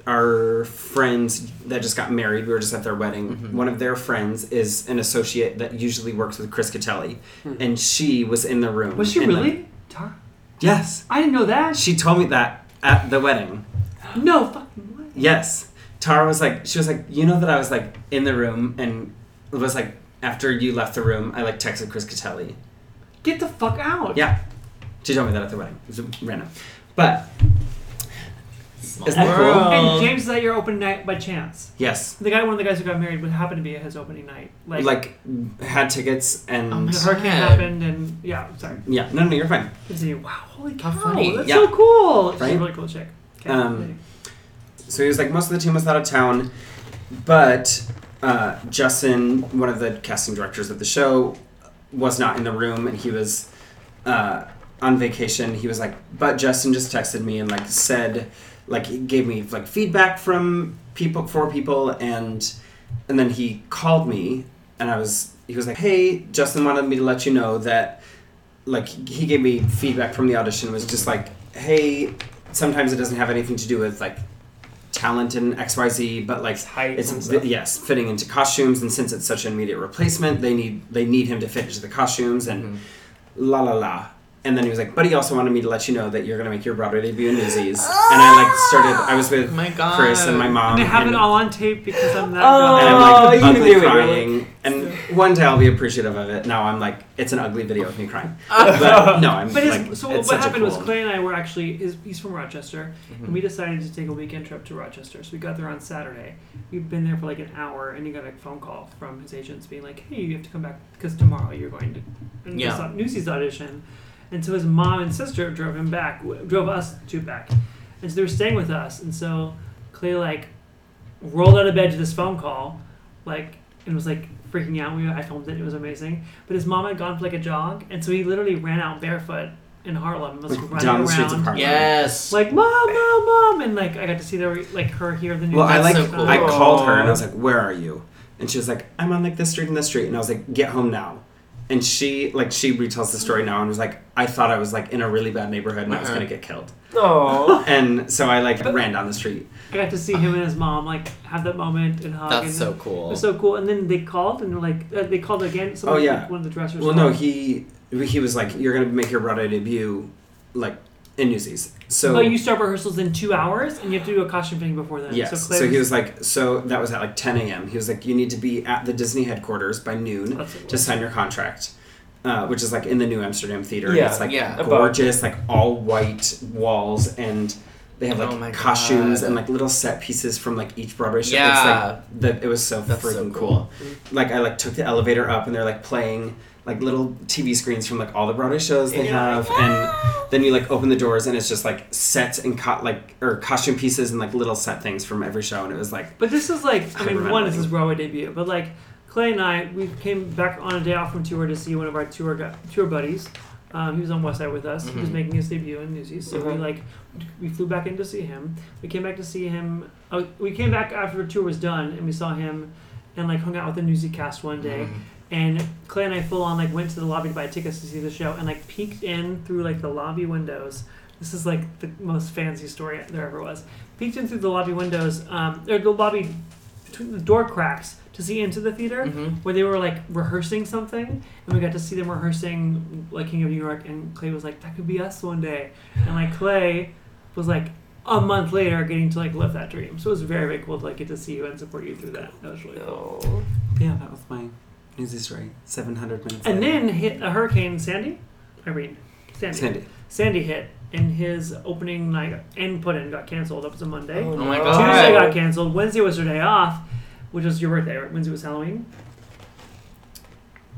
our friends that just got married, we were just at their wedding.
Mm-hmm.
One of their friends is an associate that usually works with Chris Catelli, and she was in the room.
Hmm. Was she
and, like-
really? Tar-
yes,
I didn't know that.
she told me that at the wedding.
no fucking way.
Yes. Tara was like, she was like, you know that I was like in the room and it was like after you left the room, I like texted Chris Catelli.
Get the fuck out.
Yeah. She told me that at the wedding. It was random. But
Small
isn't that cool?
Uh,
And James is at your opening night by chance.
Yes.
The guy, one of the guys who got married, would happen to be at his opening night. Like,
Like had tickets and
Oh my
the hurricane
God.
happened, and yeah, sorry.
yeah, no, no, you're fine.
Continue. Wow, holy
How
cow,
funny.
that's
Yeah.
so cool. She's a
Right?
really cool chick. Okay,
Um,
continue.
So he was like, most of the team was out of town, but uh, Justin, one of the casting directors of the show, was not in the room and he was uh, on vacation. He was like, but Justin just texted me and like said, like he gave me like feedback from people, four people, and and then he called me and I was, he was like, hey, Justin wanted me to let you know that like he gave me feedback from the audition was just like hey sometimes it doesn't have anything to do with like talent and xyz but like
height
it's
and stuff.
yes fitting into costumes and since it's such an immediate replacement they need they need him to fit into the costumes and la la la and then he was like but he also wanted me to let you know that you're going to make your broadway debut in newsies and i like started i was with
My God.
chris and my mom
And they have
and-
it all on tape because I'm that
and
guy.
I'm like
Oh, you
ugly
knew it,
crying. And one day I'll be appreciative of it. Now I'm like, it's an ugly video of me crying. But no, I'm
But his,
like,
so
it's
what
such
happened
a
was
cool- Mm-hmm.
Clay and I were actually his, he's from Rochester, and we decided to take a weekend trip to Rochester. So we got there on Saturday. We'd been there for like an hour, and he got a phone call from his agents being like, "Hey, you have to come back because tomorrow you're going to and
Yeah.
this au- Newsies audition." And so his mom and sister drove him back, w- drove us two back, and so they were staying with us. And so Clay like rolled out of bed to this phone call, like, and was like freaking out. We, I filmed it; it was amazing. But his mom had gone for like a jog, and so he literally ran out barefoot in Harlem and was
Like,
running
down the
around,
streets of Harlem.
Yes.
like mom, mom, mom, and like I got to see the like her hear the news.
Well, I like,
That's so cool.
I called her and I was like, where are you? And she was like, I'm on like this street and this street. And I was like, get home now. And she like she retells the story now and was like, I thought I was like in a really bad neighborhood and I was
Uh-huh.
gonna get killed.
Oh.
And so I like ran down the street.
I got to see him and his mom like have that moment and hug.
That's
and
so cool.
It was so cool. And then they called and like uh, they called again. Someone,
Oh, yeah.
like, one of the dressers.
Well, no,
called.
he he was like, you're gonna make your Broadway debut, like in Newsies. So
Oh, you start rehearsals in two hours, and you have to do a costume fitting before then.
Yes.
So,
So,
Clay
he was like, so that was at like 10 a.m. He was like, you need to be at the Disney headquarters by noon
That's it.
to sign your contract, uh, which is like in the New Amsterdam Theater. and
Yeah,
it's like
yeah,
above.
gorgeous, like all white walls, and they have like
Oh my
costumes
God.
and like little set pieces from like each Broadway show.
Yeah.
It's like the, it was so
That's so
freaking
cool.
cool. Like I like took the elevator up, and they're like playing like little TV screens from like all the Broadway shows they have, and then you like open the doors, and it's just like sets and co- like or costume pieces and like little set things from every show, and it was like
But this is like, I
I
mean,
remember
one, this is
you.
Broadway debut, but like Clay and I, we came back on a day off from tour to see one of our tour gu- tour buddies. Um, he was on West Side with us. He was making his debut in Newsies, so we like we flew back oh, in to see him. We came back to see him. Uh, we came back after the tour was done, and we saw him and like hung out with the Newsy cast one day. And Clay and I full on like went to the lobby to buy tickets to see the show and like peeked in through like the lobby windows. This is like the most fancy story there ever was. Peeked in through the lobby windows, um, or the lobby between the door cracks to see into the theater where they were like rehearsing something and we got to see them rehearsing like King of New York and Clay was like that could be us one day and like Clay was like a month later getting to like live that dream so it was very very cool to like get to see you and support you through that that was really cool
Yeah, that was my newsy story. 700 minutes.
and
later.
then hit a hurricane Sandy Irene Sandy
Sandy.
Sandy hit and his opening night and put in got canceled that was a Monday
Oh my
Tuesday got
god.
canceled. Wednesday was her day off, which was your birthday, right? Wednesday was Halloween.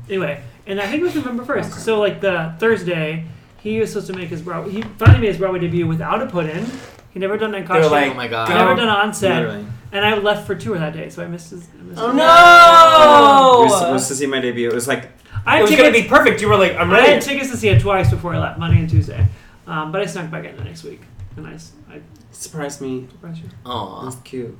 Anyway, and I think it was November first. So like the Thursday, he was supposed to make his Broadway. He finally made his Broadway debut without a put in. He never done a
They were
costume.
like,
Oh my god.
never done on set.
Literally.
And I left for tour that day, so I missed his. I
Oh,
missed his-
no!
We were supposed to see my debut. It was like,
I
It
had
was
tickets.
gonna be perfect. You were like, I'm
I had
ready.
tickets to see it twice before I left, Monday and Tuesday. Um, but I snuck back in the next week, and I, s- I
surprise me.
surprised you.
Aw.
That's cute.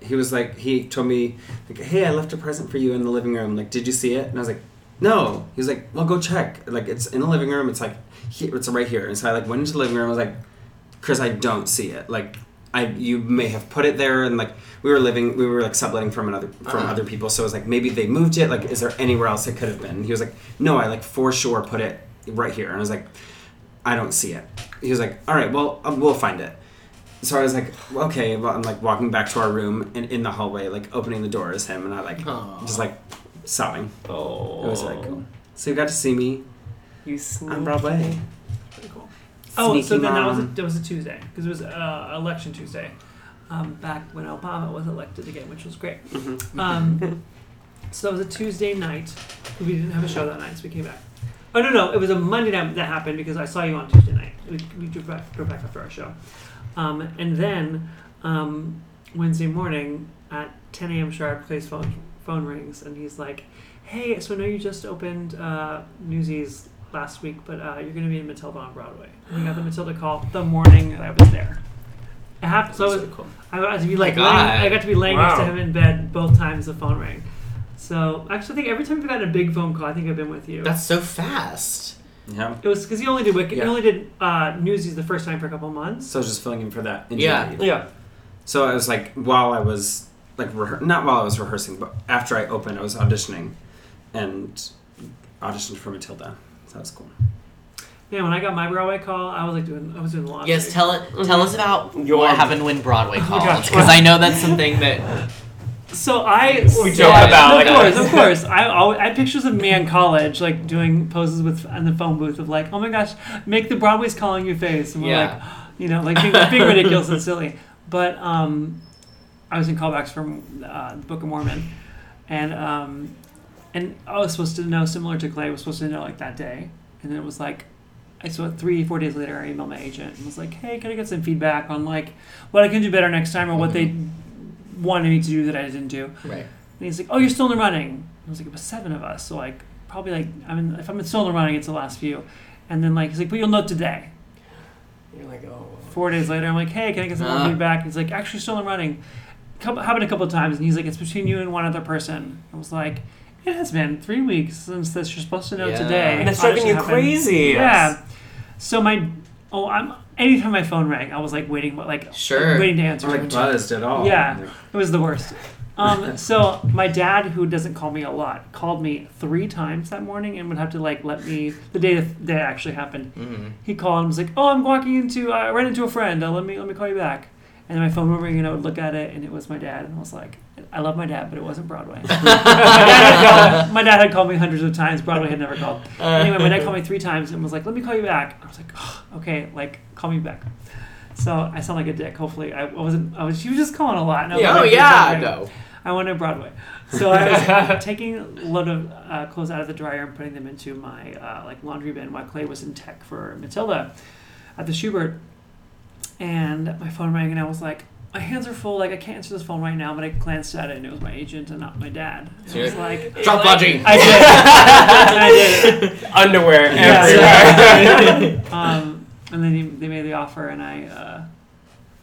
He was like, he told me, like, hey, I left a present for you in the living room. Like, did you see it? And I was like, no. He was like, well, go check. Like, it's in the living room. It's like, he, it's right here. And so I like went into the living room. I was like, Chris, I don't see it. Like, I you may have put it there, and like we were living, we were like subletting from another from other people. So it was like maybe they moved it. Like, is there anywhere else it could have been? He was like, no, I like for sure put it right here. And I was like, I don't see it. He was like, all right, well, um, we'll find it. So I was like, okay. Well, I'm like walking back to our room, and in the hallway, like opening the door is him, and I like just like sobbing.
Oh,
It was like, so you got to see me
you
on
sneak.
Broadway.
Oh, so
Sneaky
then that was a,
mom.
that was a Tuesday because it was uh, election Tuesday, um, back when Obama was elected again, which was great.
Mm-hmm.
Um, so it was a Tuesday night. We didn't have a show that night, so we came back. Oh no, no, it was a Monday night that happened because I saw you on Tuesday night. We, we drove back, drove back after our show, um, and then um, Wednesday morning at 10 a.m. sharp, Clay's phone phone rings, and he's like, "Hey, so I know you just opened uh, Newsies last week, but uh, you're going to be in Matilda on Broadway." And I got the Matilda call the morning that I was there. It happened. So
That's really cool. Oh
I got to be like,
my
laying,
God.
I got to be laying next to
Wow.
him in bed both times the phone rang. So actually, I think every time we have gotten a big phone call, I think I've been with you.
That's so fast.
Yeah.
it was because he only did Wicked,
Yeah.
he only did uh, Newsies the first time for a couple months.
So I was just filling in for that. injury.
Yeah.
Yeah.
So I was like, while I was like rehe- not while I was rehearsing, but after I opened, I was auditioning, and auditioned for Matilda. So that was cool.
Man, when I got my Broadway call, I was like doing, I was doing laundry.
Yes, tell it. Tell
Mm-hmm.
us about
Your-
what happened when Broadway
Oh
called,
gosh.
because I know that's something that.
So I
We
said-
joke
of
about like
course,
a-
of course. I always, I had pictures of me in college, like doing poses with in the phone booth of like, oh my gosh, make the Broadway's calling you face, and we're
Yeah.
like, you know, like being, being ridiculous and silly. But um, I was in callbacks from uh, the Book of Mormon, and um, and I was supposed to know similar to Clay. I was supposed to know like that day, and then it was like. I saw it three, four days later. I emailed my agent and was like, "Hey, can I get some feedback on like what I can do better next time, or what they
Mm-hmm.
wanted me to do that I didn't do?"
Right.
And he's like, "Oh, you're still in the running." I was like, "It was seven of us, so like probably like I mean, if I'm still in the running, it's the last few." And then like he's like, "But you'll know today."
You're like, oh.
Four days later, I'm like, "Hey, can I get some
Ah.
more feedback?" He's like, "Actually, still in the running." Couple, happened a couple of times, and he's like, "It's between you and one other person." I was like, "It has been three weeks since this. You're supposed to know
Yeah.
today."
And
And it's
How did
driving
it
you
happen?
crazy.
Yeah. So my oh, I'm anytime my phone rang, I was like waiting, but like
Sure.
waiting to answer.
Or like buzzed at all.
Yeah, it was the worst. Um, so my dad, who doesn't call me a lot, called me three times that morning and would have to like let me the day that that actually happened. He called and was like, "Oh, I'm walking into I ran into a friend. Uh, let me let me call you back." And then my phone would ring and I would look at it and it was my dad and I was like, "I love my dad, but it wasn't Broadway." my, dad had called, my dad had called me hundreds of times. Broadway had never called. Anyway, my dad called me three times and was like, "Let me call you back." I was like, "Oh, "Okay, like call me back." So I sound like a dick. Hopefully, I wasn't. I was. She was just calling a lot. and I was
Oh
like,
yeah.
"Okay."
No.
I went to Broadway. So I was taking a load of uh, clothes out of the dryer and putting them into my uh, like laundry bin while Clay was in tech for Matilda at the Schubert. And my phone rang, and I was like, my hands are full. Like I can't answer this phone right now. But I glanced at it, and it was my agent and not my dad. So I was like,
Drop lodging.
I did. I did.
Underwear
Yeah.
everywhere.
um, and then he, they made the offer, and I uh,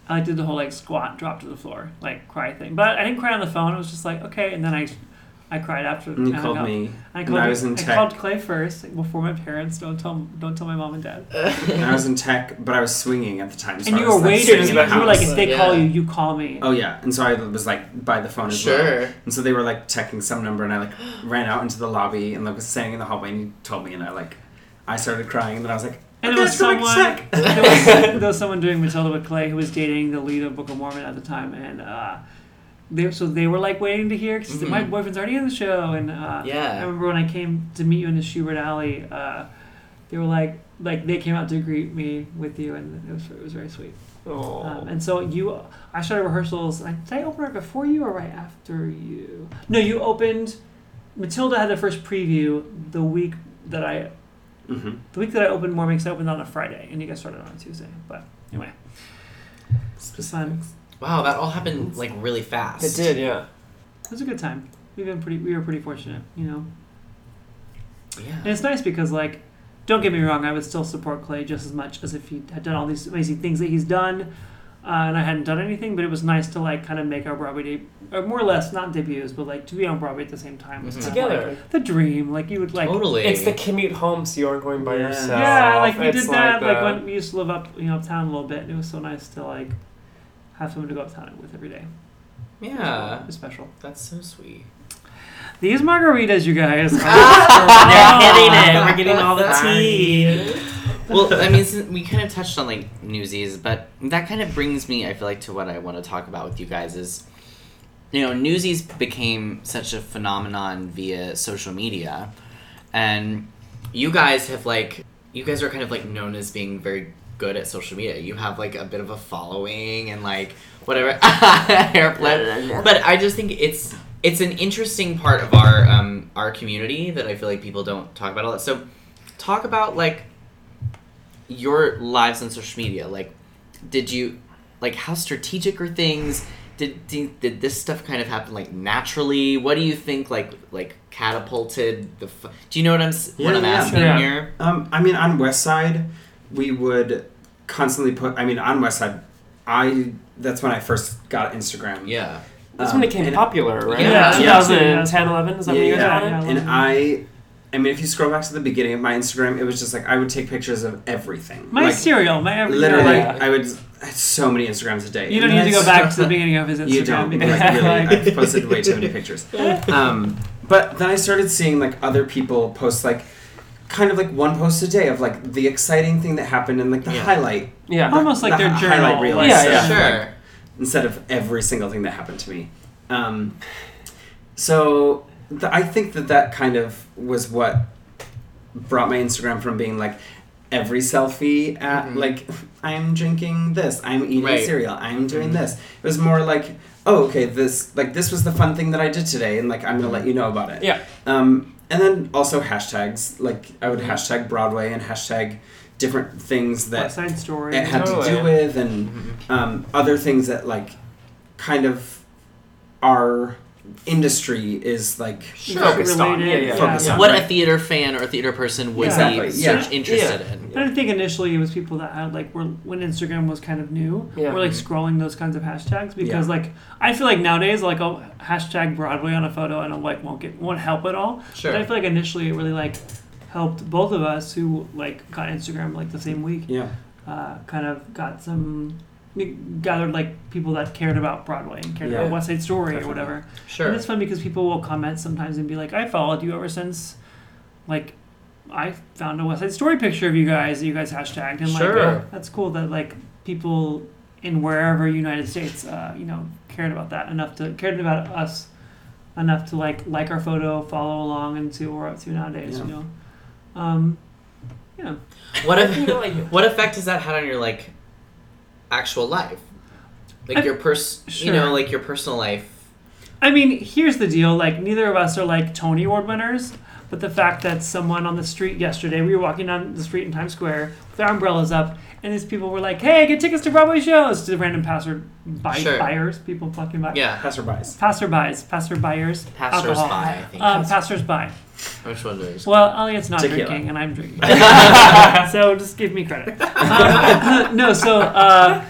I like did the whole like squat, drop to the floor, like cry thing. But I didn't cry on the phone. It was just like okay, and then I, I cried after.
And you
I
called
hung up.
me
I
when
called,
I was in
I
tech.
called Clay first like, before my parents. Don't tell don't tell my mom and dad.
And I was in tech, but I was swinging at the time. So
and
I
you
was,
were
like,
waiting.
sitting
You,
in the
you were like,
house.
if they
Yeah.
call you, you call me.
Oh yeah, and so I was like by the phone as
Sure.
well. And so they were like checking some number, and I like ran out into the lobby and like was standing in the hallway, and he told me, and I like, I started crying, and then I was like,
And it
"Okay,
was
let's go make a
someone.
check."
There was, there was someone doing Matilda with Clay who was dating the lead of Book of Mormon at the time, and uh, they so they were like waiting to hear because my boyfriend's already in the show, and uh,
Yeah.
I remember when I came to meet you in the Schubert Alley, uh, they were like like they came out to greet me with you, and it was it was very sweet.
Oh.
Um, and so you, I started rehearsals. I, did I open right before you or right after you? No, you opened. Matilda had the first preview the week that I, the week that I opened Mormon. Because I opened on a Friday, and you guys started on a Tuesday. But anyway, it was fun.
Wow, that all happened like really fast.
It did, yeah.
It was a good time. We've been pretty. We were pretty fortunate, you know. And
Yeah.
it's nice because, like, don't get me wrong, I would still support Clay just as much as if he had done all these amazing things that he's done, uh, and I hadn't done anything. But it was nice to like kind of make our Broadway de- or more or less not debuts, but like to be on Broadway at the same time was kinda,
Together.
like, the dream. Like you would like.
Totally.
It's the commute home, so you aren't going by
Yeah.
yourself.
Yeah, like we
It's
did that. Like
that.
when we used to live up, you know, uptown a little bit, and it was so nice to like have someone to go uptown with every day. It
yeah.
was special.
That's so sweet.
These margaritas, you guys.
it. We're getting all the tea. well, I mean, since we kind of touched on like Newsies, but that kind of brings me, I feel like, to what I want to talk about with you guys is, you know, Newsies became such a phenomenon via social media, and you guys have like, you guys are kind of like known as being very good at social media. You have like a bit of a following and like whatever hair flip. But I just think it's it's an interesting part of our um, our community that I feel like people don't talk about a lot. So talk about like your lives on social media like did you like how strategic are things did, did did this stuff kind of happen like naturally what do you think like like catapulted the f- do you know what i'm s what
Yeah,
i'm
yeah.
asking
Yeah.
here
Um, I mean, on West Side, we would constantly put. I mean, on West Side, I that's when I first got Instagram.
yeah
That's when it came
and-
popular, right?
Yeah.
Yeah.
2010, 11, is that
Yeah,
when you
yeah.
guys got on it?
Yeah.
and I. I mean, if you scroll back to the beginning of my Instagram, it was just like I would take pictures of everything.
my
like,
cereal, my everything.
Literally,
Yeah.
I would. I had so many Instagrams a day.
You don't
And
need to
I
go back
stopped-
to the beginning of his Instagram.
You don't. Like,
because,
really,
like,
I've posted way too many pictures. Um, but then I started seeing like other people post like kind of like one post a day of like the exciting thing that happened and like the
Yeah.
highlight.
Yeah.
almost like
the
their
hi-
journal.
highlight reel.
like-
Yeah,
instead
yeah.
of, like,
sure
instead of every single thing that happened to me. Um, so th- I think that that kind of was what brought my Instagram from being like every selfie at like I'm drinking this, I'm eating
Right.
cereal, I'm doing this. It was more like oh okay this like this was the fun thing that I did today and like I'm gonna let you know about it.
Yeah.
Um, and then also hashtags like I would hashtag Broadway and hashtag different things that
West Side Story.
it had to
Totally.
do with and um, other things that like kind of our industry is like
Focused on. Yeah,
Related,
yeah.
Focused
yeah.
on.
what
right.
a theater fan or a theater person would
Exactly,
be
yeah.
so interested
Yeah.
in
But I think initially it was people that had like were when Instagram was kind of new,
Yeah.
were like scrolling those kinds of hashtags because
Yeah.
like I feel like nowadays like I'll hashtag Broadway on a photo and it like won't get won't help at all.
Sure.
But I feel like initially it really like helped both of us who like got Instagram like the same week.
yeah
uh, kind of got some gathered like people that cared about Broadway and cared
Yeah.
about West Side Story or
Definitely.
whatever.
Sure.
And it's fun because people will comment sometimes and be like, I followed you ever since like I found a West Side Story picture of you guys that you guys hashtagged and like
Sure.
uh, that's cool that like people in wherever United States uh, you know, cared about that enough to cared about us enough to like like our photo, follow along and see what we're up to nowadays,
Yeah.
you know. Um, yeah.
what
feel
if,
like-
what effect has that had on your like actual life like
I-
your pers you
Sure.
know like your personal life
I mean, here's the deal. Like, neither of us are like Tony Award winners, but the fact that someone on the street yesterday, we were walking down the street in Times Square with our umbrellas up, and these people were like, "Hey, get tickets to Broadway shows!" to the random passer buy-
Sure.
buyers, people fucking by.
yeah
passerbys
Passerbys, passerbyers,
Passersby,
alcohol.
I think.
Um, passersby.
which one do I just-
Well, Elliot's not
Tequila.
drinking, and I'm drinking. so just give me credit. Um, no, so uh,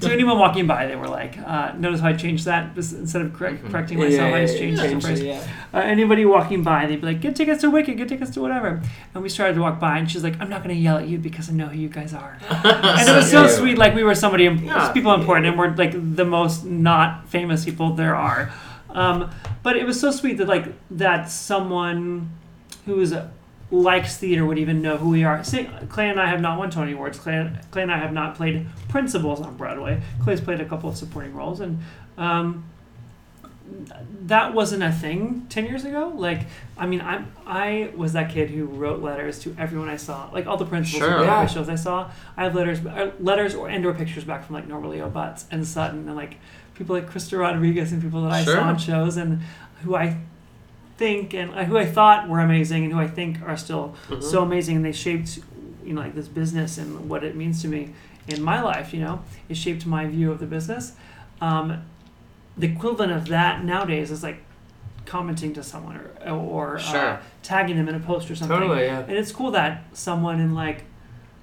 So anyone walking by, they were like, uh, "Notice how I changed that This- instead of correct, correcting myself, I just changed
Mm-hmm. yeah,
the phrase."
yeah.
Uh, anybody walking by, they'd be like, "Get tickets to Wicked, get tickets to whatever." And we started to walk by, and she's like, "I'm not gonna yell at you because I know who you guys are." and it was so
Yeah.
sweet, like we were somebody, im-
Yeah.
people important, and we're like the most not famous people there are. Um, but it was so sweet that like that someone who is likes theater would even know who we are. Say, Clay and I have not won Tony Awards. Clay, Clay and I have not played principals on Broadway. Clay's played a couple of supporting roles, and um, that wasn't a thing ten years ago. Like, I mean, I I was that kid who wrote letters to everyone I saw, like all the principals
Sure.
and
Yeah.
Broadway shows I saw. I have letters, uh, letters or and or pictures back from like Norma Leo Butts and Sutton and like people like Krista Rodriguez and people that I
Sure.
saw on shows and who I think and uh, who I thought were amazing and who I think are still so amazing and they shaped you know like this business and what it means to me in my life you know it shaped my view of the business um, the equivalent of that nowadays is like commenting to someone or, or uh,
Sure.
tagging them in a post or something
Totally, yeah.
and it's cool that someone in like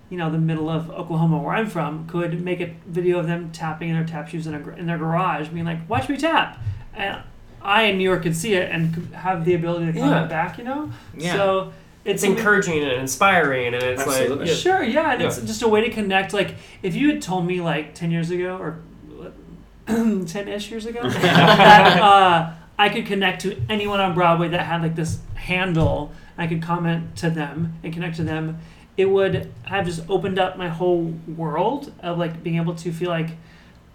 you know the middle of Oklahoma where I'm from could make a video of them tapping in their tap shoes in, a, gar- in their garage being like watch me tap and I in New York could see it and could have the ability to comment
Yeah.
back you know
Yeah.
so it's
It's encouraging and inspiring, and it's
Absolutely.
like yeah.
Sure, yeah, and it's
Yeah.
just a way to connect. Like if you had told me like ten years ago or ten-ish years ago that uh, I could connect to anyone on Broadway that had like this handle, I could comment to them and connect to them. It would have just opened up my whole world of like being able to feel like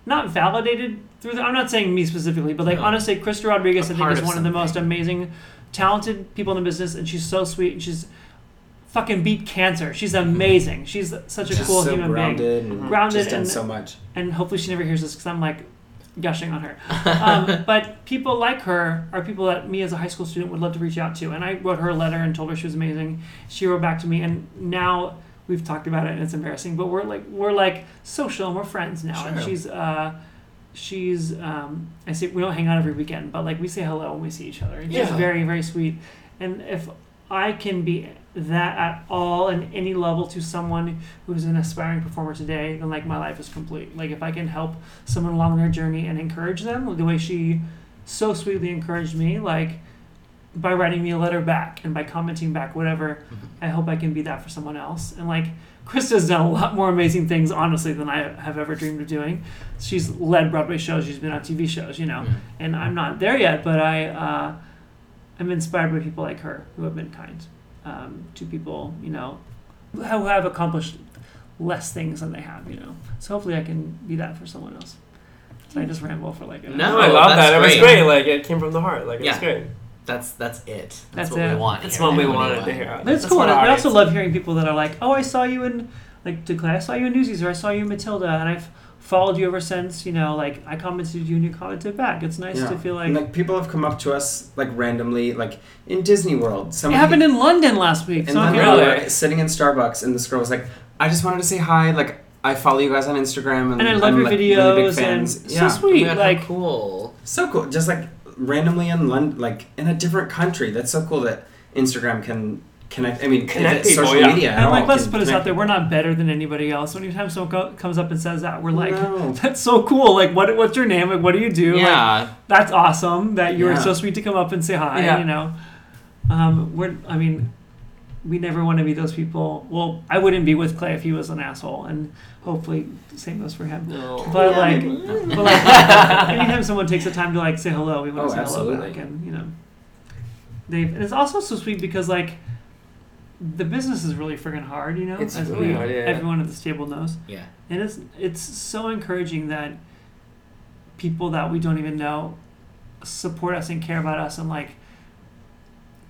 not validated through the, I'm not saying me specifically, but like honestly, Krista Rodriguez, I think,
part
is
of
one of the most amazing, talented people in the business, and she's so sweet and she's fucking beat cancer. She's amazing. She's such a
Just
cool
Mm-hmm. so
human being.
grounded and
Grounded
just done
and-
so much.
And hopefully she never hears this because I'm like gushing on her. Um, but people like her are people that me as a high school student would love to reach out to. And I wrote her a letter and told her she was amazing. She wrote back to me, and now we've talked about it, and it's embarrassing. But we're like we're like social and we're friends now. And
Sure.
she's uh, she's um, I say we don't hang out every weekend, but like we say hello when we see each other. And She's
Yeah.
very very sweet. And if I can be that at all in any level to someone who's an aspiring performer today, then like my life is complete. Like if I can help someone along their journey and encourage them the way she so sweetly encouraged me, like by writing me a letter back and by commenting back, whatever. I hope I can be that for someone else. And like, Krista's done a lot more amazing things, honestly, than I have ever dreamed of doing. She's led Broadway shows, she's been on TV shows, you know. And I'm not there yet, but I, uh, I'm inspired by people like her who have been kind um, to people, you know, who have who have accomplished less things than they have, you know. So hopefully I can be that for someone else. So I just ramble for like an
No.
hour.
No,
Oh,
I love
that's
that. It was
great.
great. Like it came from the heart. Like it was
Yeah.
great.
That's that's it. That's,
That's
what
it.
we want.
That's
here. oh
one we
That's what
wanted to
want.
hear.
That's,
That's
cool.
what
And I
our
also
audience-
love hearing people that are like, "Oh, I saw you in like Declare, I saw you in Newsies, or I saw you in Matilda, and I've followed you ever since." You know, like I commented you and you commented back. It's nice to feel like
And, like people have come up to us like randomly, like in Disney World.
it
Someone
happened in London last week.
And
so
then
I'm
we
like,
Really?
were sitting in Starbucks, and this girl was like, "I just wanted to say hi. Like, I follow you guys on Instagram, and,
And I love
I'm,
your
like, really big
videos, and
fans.
so
yeah,
Oh my
sweet.
God, how
like
cool.
so cool. Just like randomly in London, like in a different country. That's so cool that Instagram can connect. I mean,
Connect
that
people,
social
yeah.
media. at
and like
all
let's
can
put us
connect
out there. We're not better than anybody else. Anytime someone co- comes up and says that, we're like,
No.
"That's so cool! Like, what? What's your name? Like, what do you do? Like,
Yeah.
that's awesome that you were
Yeah.
so sweet to come up and say hi.
Yeah.
You know, um, we're I mean, we never want to be those people. Well, I wouldn't be with Clay if he was an asshole, and hopefully, same goes for him.
No.
But, like, but like, anytime someone takes the time to like say hello, we want
Oh,
to say hello
absolutely.
back, and you know, they and it's also so sweet because like. The business is really friggin' hard, you know.
It's
as
really
we-
hard, yeah.
Everyone at this table knows
Yeah.
and it's it's so encouraging that people that we don't even know support us and care about us and like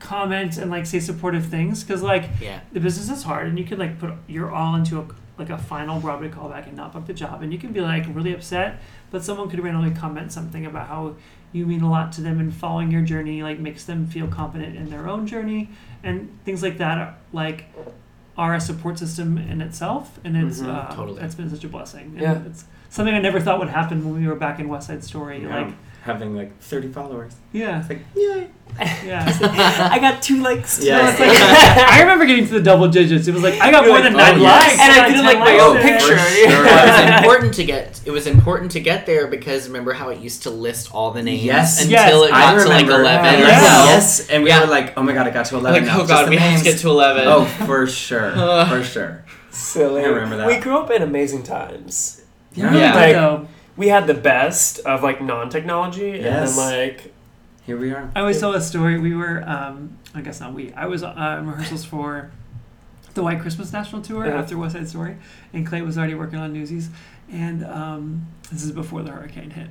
comment and like say supportive things because like
Yeah.
the business is hard and you can like put your all into a like a final Broadway callback and not book the job and you can be like really upset but someone could randomly comment something about how you mean a lot to them and following your journey like makes them feel confident in their own journey and things like that are like are a support system in itself and it's uh,
totally.
that's been such a blessing and
Yeah.
it's something I never thought would happen when we were back in West Side Story
Yeah.
like
having like 30 followers.
Yeah.
Like, yay.
Yeah.
I got two likes.
Yes.
Today.
I remember getting to the double digits. It was like I got
You're
more
like,
than
oh,
nine
yes.
likes.
And I
got
did,
10
like, my
likes
oh,
own
today.
picture.
Sure, it was important to get. It was important to get there because remember how it used to list all the names
Yes.
until
Yes,
it got to like eleven
And
or
like,
Yeah.
so.
Yes, and we
Yeah.
were like, oh my god, I got to 11
Like
now.
oh
Just
god,
the
we have
names.
to get to eleven.
Oh, for sure. for sure.
Silly.
I remember that.
We grew up in amazing times.
Yeah.
Yeah.
I
Like,
know.
we had the best of like non-technology, and
Yes.
then like
Here we are.
I always tell a story. We were, um, I guess not we. I was uh, in rehearsals for the White Christmas National Tour
Yeah.
after West Side Story, and Clay was already working on Newsies, and um, this is before the hurricane hit.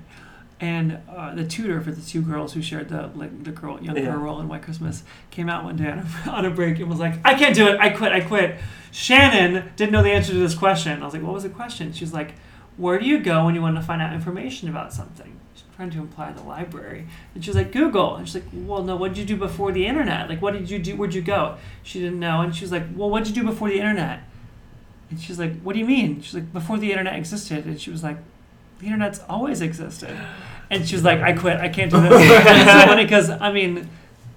And uh, the tutor for the two girls who shared the like, the girl young
Yeah.
girl role in White Christmas came out one day on a, on a break and was like, "I can't do it. I quit. I quit." Shannon didn't know the answer to this question. I was like, "What was the question?" She's like, "Where do you go when you want to find out information about something?" She's trying to imply the library, and she was like, "Google." And she's like, "Well, no. What did you do before the internet? Like, what did you do? Where'd you go?" She didn't know, and she was like, "Well, what did you do before the internet?" And she's like, "What do you mean?" She's like, "Before the internet existed," and she was like, "The internet's always existed." And she was like, "I quit. I can't do this." And it's so funny because I mean,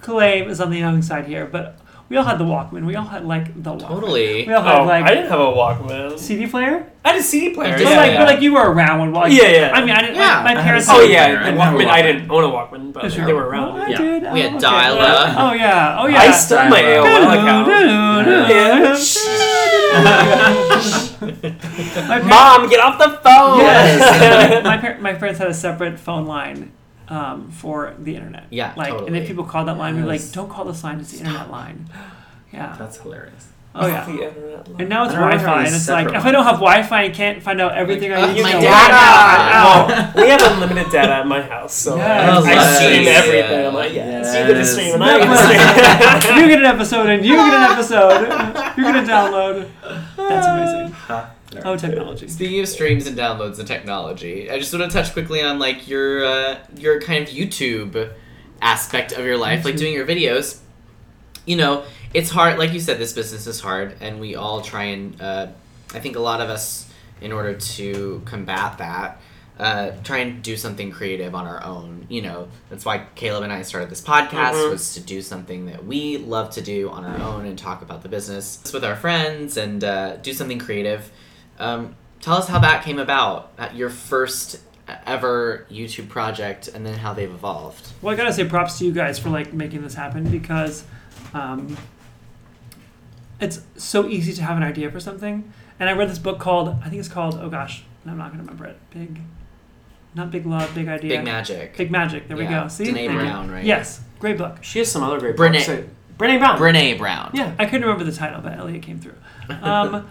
Clay is on the young side here, but we all had the Walkman. We all had like the Walkman.
Totally.
We all had
oh,
like
I didn't have a Walkman.
CD player.
I had a CD player.
But
Yeah,
like, but like you were around when. Like,
Yeah, yeah.
I mean, I didn't.
Yeah,
my,
I had
my
a
parents.
Oh
CD
yeah,
player.
and
I had a
Walkman. I
Walkman.
didn't own a Walkman, but
Sure.
they were
Oh,
around.
I
Yeah.
did. Oh,
We had
okay.
dial-up.
Oh yeah. Oh yeah.
I still my
Dial-up.
AOL account.
My parents-
Mom, get off the phone.
Yes. my, par- my friends had a separate phone line um, for the internet.
Yeah,
Like, and
totally.
if people called that line, we'd be
Yes.
like, "Don't call this line; it's the internet line." Yeah.
That's hilarious.
oh yeah.
The internet line.
and now it's
I don't know, I
Wi-Fi,
have a
and it's like
separate
if I don't have Wi-Fi, I can't find out everything I
ugh,
need to
my
know.
data!
Wow.
we have unlimited data at my house, so
Yes.
I,
Yes.
stream
Yes.
everything. I'm like, yes, you get to
Yes.
stream, and I get to stream.
you get an episode, and you get an episode. You're gonna download. That's amazing. Oh, technology.
Speaking of streams and downloads and technology, I just want to touch quickly on like your uh, your kind of YouTube aspect of your life, like doing your videos. You know, it's hard. Like you said, this business is hard, and we all try and uh, I think a lot of us, in order to combat that, uh, try and do something creative on our own. You know, that's why Caleb and I started this podcast was to do something that we love to do on our own and talk about the business with our friends and uh, do something creative. Um, tell us how that came about, uh, your first ever YouTube project, and then how they've evolved.
Well, I gotta say props to you guys for like making this happen because um, it's so easy to have an idea for something. And I read this book called I think it's called oh gosh, and I'm not gonna remember it. Big, not big love, big idea.
Big magic.
Big magic. There we
Yeah,
go. See,
Brené
Thank you.
Brown, right?
Yes, great book.
She has some other great
Brené.
books. too. Brené Brown.
Brene Brown.
Yeah, I couldn't remember the title, but Elliot came through. Um,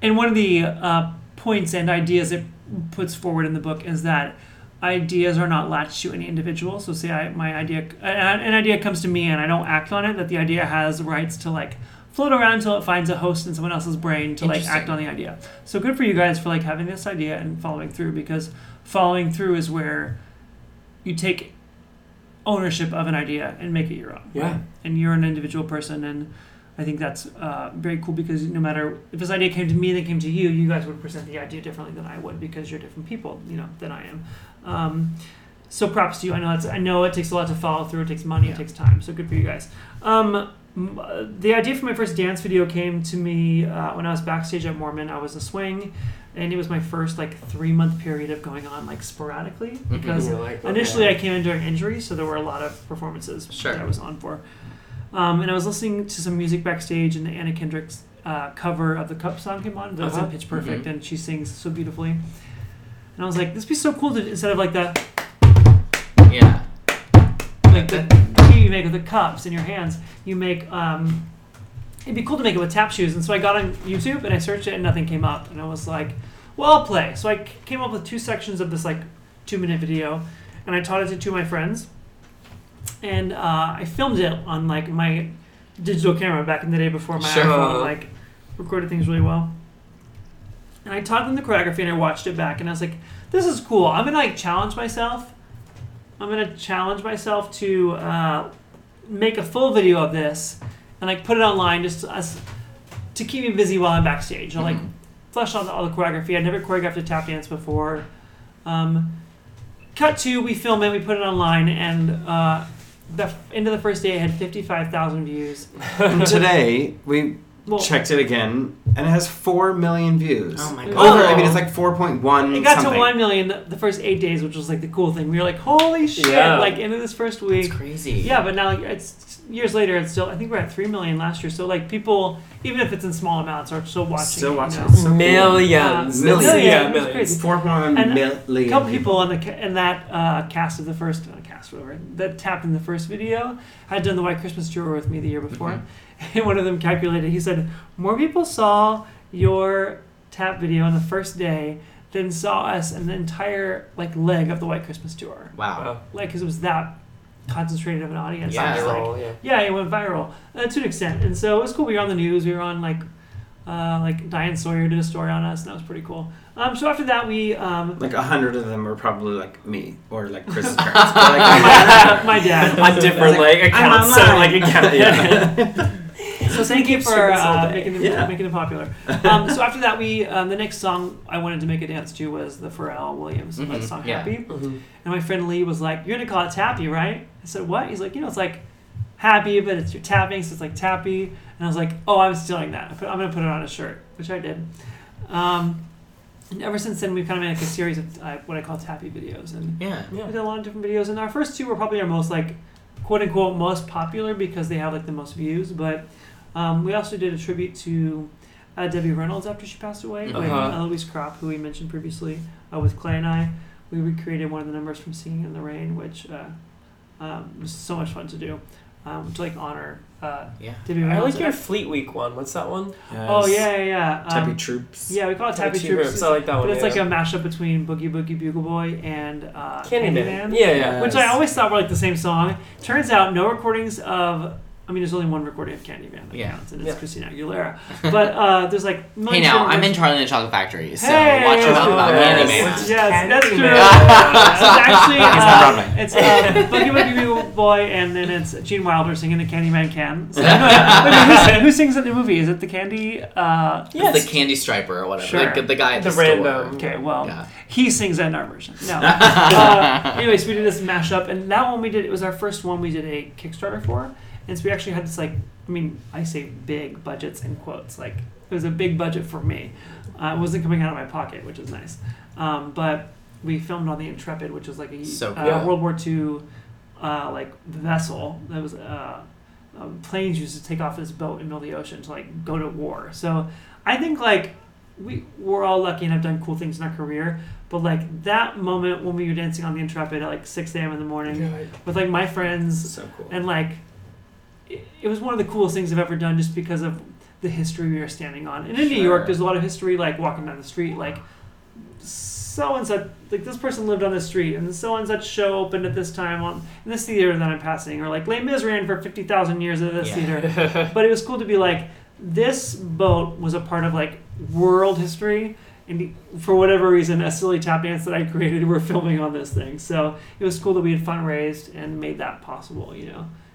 and one of the uh, points and ideas it puts forward in the book is that ideas are not latched to any individual. So, say I, my idea, an an idea comes to me and I don't act on it, that the idea has rights to like float around until it finds a host in someone else's brain to like act
Interesting.
on the idea. So, good for you guys for like having this idea and following through because following through is where you take ownership of an idea and make it your own.
Yeah.
And you're an individual person, and I think that's uh, very cool because no matter if this idea came to me, then came to you, you guys would present the idea differently than I would because you're different people, you know, than I am. Um, so props to you. I know that's, I know it takes a lot to follow through. It takes money. It takes time. So good for you guys. Um, m- uh, the idea for my first dance video came to me uh, when I was backstage at Mormon. I was a swing, and it was my first like three month period of going on like sporadically because
You're like,
Initially,
okay.
I came in during injury, so there were a lot of performances
Sure.
that I was on for. Um, and I was listening to some music backstage, and the Anna Kendrick's uh, cover of the Cup song came on. That was in
Uh-huh.
Pitch Perfect, and she sings so beautifully. And I was like, this would be so cool to instead of like the
Yeah.
like the key you make with the cups in your hands, you make um, it'd be cool to make it with tap shoes. And so I got on YouTube and I searched it, and nothing came up. And I was like, well, I'll play. So I c- came up with two sections of this like two minute video, and I taught it to two of my friends, and uh, I filmed it on like my digital camera back in the day before my
Sure.
iPhone like recorded things really well. And I taught them the choreography, and I watched it back, and I was like, this is cool. I'm gonna like challenge myself I'm gonna challenge myself to uh, make a full video of this and like put it online just as to keep me busy while I'm backstage. I'll like
Mm-hmm.
flesh out all the choreography. I'd never choreographed a tap dance before. Um, cut to we film it, we put it online, and uh, the end of the first day it had fifty five thousand views.
And today we
Well-
checked it again, and it has four million views.
Oh my
Over, I
God.
mean, it's like four point one.
It got
something.
to one million the- the first eight days, which was like the cool thing. We were like, "Holy shit!"
Yeah.
Like into this first week,
That's crazy.
Yeah, but now like, it's years later. It's still. I think we're at three million last year. So like people, even if it's in small amounts, are still watching.
Still
it,
watching.
You know?
It's so cool. Millions. Millions.
Uh, millions.
Yeah,
It was
millions.
crazy.
Four point
And
million
A couple people in the ca- in that uh, cast of the first uh, cast whatever that tapped in the first video had done the White Christmas tour with me the year before,
Mm-hmm.
and one of them calculated. He said more people saw your tap video on the first day than saw us in the entire like leg of the White Christmas tour.
Wow. Wow.
Like, because it was that concentrated of an audience.
Yeah.
It was
Viral,
like, yeah. it went viral uh, to an extent, and so it was cool. We were on the news. We were on like. Uh, like Diane Sawyer did a story on us, and that was pretty cool. Um, so after that, we um,
Like a hundred of them are probably like me or like Chris's parents. They're like,
My dad.
On different, like, accounts, so, like, account-
So thank you
Keep
for
strippers all
uh,
day.
making, it,
Yeah.
making it popular. Um, so after that, we um, the next song I wanted to make a dance to was the Pharrell Williams uh,
Mhm,
song
yeah.
"Happy,"
Mhm.
and my friend Lee was like, "You're gonna call it Tappy, right?" I said, "What?" He's like, "You know, it's like happy, but it's your tapping, so it's like Tappy." And I was like, "Oh, I'm stealing that. I put, I'm gonna put it on a shirt," which I did. Um, and ever since then, we've kind of made like a series of uh, what I call tappy videos, and
Yeah.
we did a lot of different videos. And our first two were probably our most like quote unquote most popular because they have like the most views. But um, we also did a tribute to uh, Debbie Reynolds after she passed away with
Uh-huh.
Eloise Kropp, who we mentioned previously uh, with Clay and I. We recreated one of the numbers from Singing in the Rain, which uh, um, was so much fun to do. Um, to like honor uh, Debbie
I
Reynolds.
like your Fleet Week one. What's that one?
Oh yeah, yeah, yeah. Um,
Tappy Troops.
Yeah, we call it
Tappy
Tappy,
Troops,
Troops.
I like that one,
But it's like a
yeah.
mashup between Boogie Boogie Bugle Boy and uh,
Candyman.
Candyman.
Yeah, yeah.
Which
Yes.
I always thought were like the same song. Turns out, no recordings of. I mean, there's only one recording of Candyman that
Yeah.
counts, and it's Christina Aguilera. But uh, there's like.
Hey
millions
now,
of
I'm
numbers.
in Charlie and the Chocolate Factory, so
Hey!
watch your
Yes.
mouth about
Yes,
Candyman.
yes, that's true.
It's not Broadway.
It's actually uh, it's uh, Boogie Boogie Bugle Boy, and then it's Gene Wilder singing the Candyman Can. So, wait, who, who sings in the movie? Is it the Candy? Uh,
The candy striper or whatever.
Sure.
Like, the, the guy at the,
The
store.
random- Okay, well,
Yeah.
he sings that in our version. No. uh, anyways, we did this mashup, and that one we did. It was our first one we did a Kickstarter for, and so we actually had this like, I mean, I say big budgets in quotes. Like it was a big budget for me. Uh, it wasn't coming out of my pocket, which was nice. Um, but we filmed on the Intrepid, which was like a
So
uh,
cool.
World War II uh, like vessel that was. Uh, um, planes used to take off this boat in the middle of the ocean to like go to war. So I think like we we're all lucky and have done cool things in our career. But like that moment when we were dancing on the Intrepid at like six a.m. in the morning with like my friends, and like it, it was one of the coolest things I've ever done just because of the history we were standing on. And in New
Sure.
York, there's a lot of history like walking down the street, like so and such like this person lived on this street and so and such show opened at this time on in this theater that I'm passing or like Les Mis ran for fifty thousand years at this
Yeah.
theater. but it was cool to be like this boat was a part of like world history and for whatever reason a silly tap dance that I created we're filming on this thing. So it was cool that we had fundraised and made that possible, you know.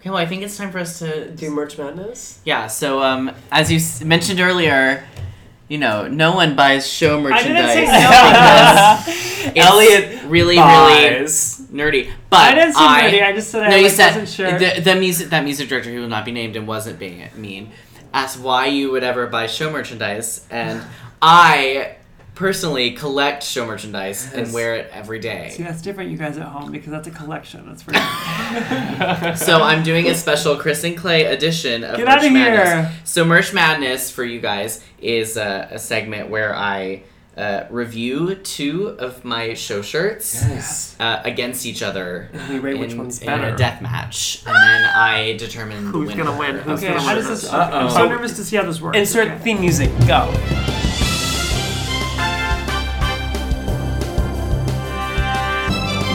Okay, well, I think it's time for us to
do merch madness.
Yeah, so um, as you s- mentioned earlier, you know, no one buys show
I didn't
merchandise.
say
because it's
Elliot
really,
buys.
really nerdy. But
I didn't say nerdy, I just said I,
no. you
like,
said
wasn't sure.
the, the music that music director who will not be named and wasn't being mean asked why you would ever buy show merchandise, and I personally collect show merchandise and
Yes.
wear it every day.
See, that's different, you guys at home, because that's a collection. That's for so
so I'm doing a special Chris and Clay edition of
Get
Merch
outta
Madness.
here.
So Merch Madness for you guys is a, a segment where I uh, review two of my show shirts
Yes.
uh, against each other.
And we rate which
in-
one's
In
better.
a death match, and then I determine the
Who's
winner
gonna win? Who's
of
gonna
the
win?
shirt.
Uh-oh.
so nervous to see how this works.
Insert theme music. Go.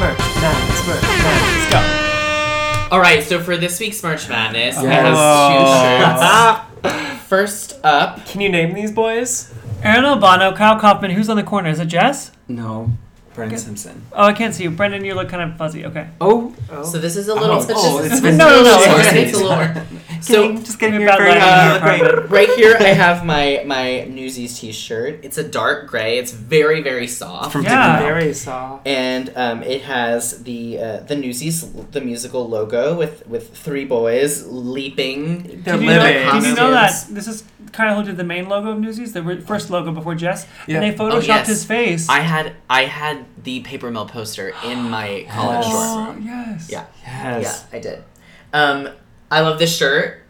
Merch, madness, merch, madness. Go.
All right, so for this week's Merch Madness, I
Yes.
have two shirts. First up,
can you name these boys?
Aaron Albano, Kyle Kaufman, who's on the corner? Is it Jess?
No, Brendan
Okay.
Simpson.
Oh, I can't see you. Brendan, you look kind of fuzzy. Okay.
Oh.
So this is a little.
Oh,
it's
oh,
just,
it's
it's
been-
a
no,
little
no,
short,
it's-
It's a little. So
Just getting your bad
very,
lighting
uh,
in your apartment.
right here, I have my my Newsies T-shirt. It's a dark gray. It's very very soft,
From
Yeah.
Very soft.
and um, it has the uh, the Newsies the musical logo with with three boys leaping.
They're
Did you, know,
living.
did you know that
costumes.
this is Kyle who did the main logo of Newsies, the re- first logo before Jess,
Yeah.
and they photoshopped
Oh, yes.
his face.
I had I had the paper mill poster in my college dorm
oh,
room.
yes.
Yeah. Yeah,
Yes.
I did. Um, I love this shirt.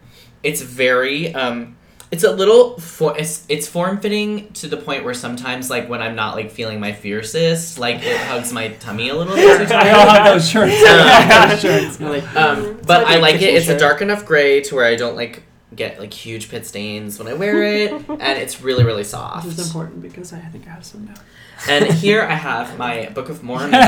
It's very um, it's a little for it's, it's form fitting to the point where sometimes like when I'm not like feeling my fiercest, like it hugs my tummy a little bit.
I all have those shirts. We all have those shirts.
Um, but
like
I
your
like it.
kitchen
It's a
shirt.
dark enough gray to where I don't like get like huge pit stains when I wear it, and it's really really soft.
This is important because I think I have some now.
And here I have my Book of Mormon.
Oh,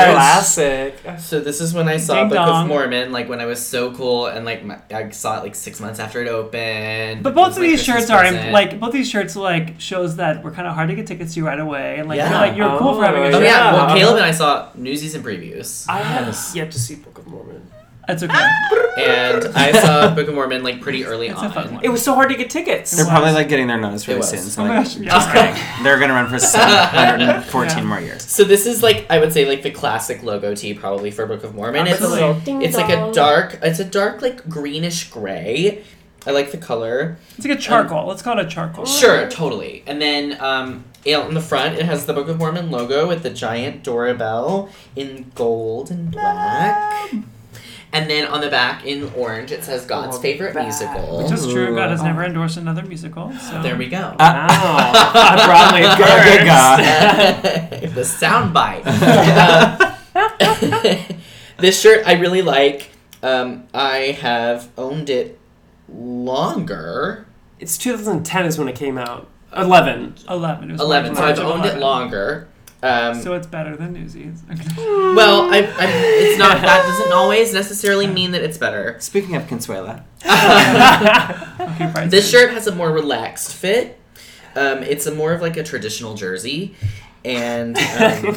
Classic.
So this is when I saw
Ding
Book
dong.
of Mormon, like when I was so cool, and like my, I saw it like six months after it opened.
But
It
both
was
of
my
these
Christmas
shirts are
present.
im- like both these shirts like shows that we're kind of hard to get tickets to right away, and like
Yeah.
you're like you're cool for having a
Oh,
Oh
shirt.
yeah,
yeah.
well Caleb and I saw Newsies and previews,
I have yet to see Book of Mormon.
That's okay.
and I saw Book of Mormon like pretty early
It's
on.
a fun one.
It was so hard to get tickets.
They're probably like getting their nose really
was.
soon. So
Oh my
like,
gosh, yeah.
just kidding. They're gonna run for 714
Yeah.
more years.
So this is like I would say like the classic logo tee probably for Book of Mormon. It's a
Absolutely.
little, it's like a dark, it's a dark like greenish gray. I like the color.
It's like a charcoal. Let's call it a charcoal.
Sure, totally. And then um, out in the front, it has the Book of Mormon logo with the giant Dorabelle in gold and black. And then on the back in orange, it says God's favorite musical.
Which is true. God has never endorsed another musical. So
there we go.
Wow. I probably
Good God.
the soundbite. Uh, this shirt I really like. Um, I have owned it longer.
It's 2010 is when it came out. 11.
eleven. It was
Eleven. So I've
March of
owned it
11.
longer. Um,
So it's better than Newsies.
well, I, I, it's not. That doesn't always necessarily mean that it's better.
Speaking of Consuela,
Okay, right.
This shirt has a more relaxed fit. Um, it's a more of like a traditional jersey, and um,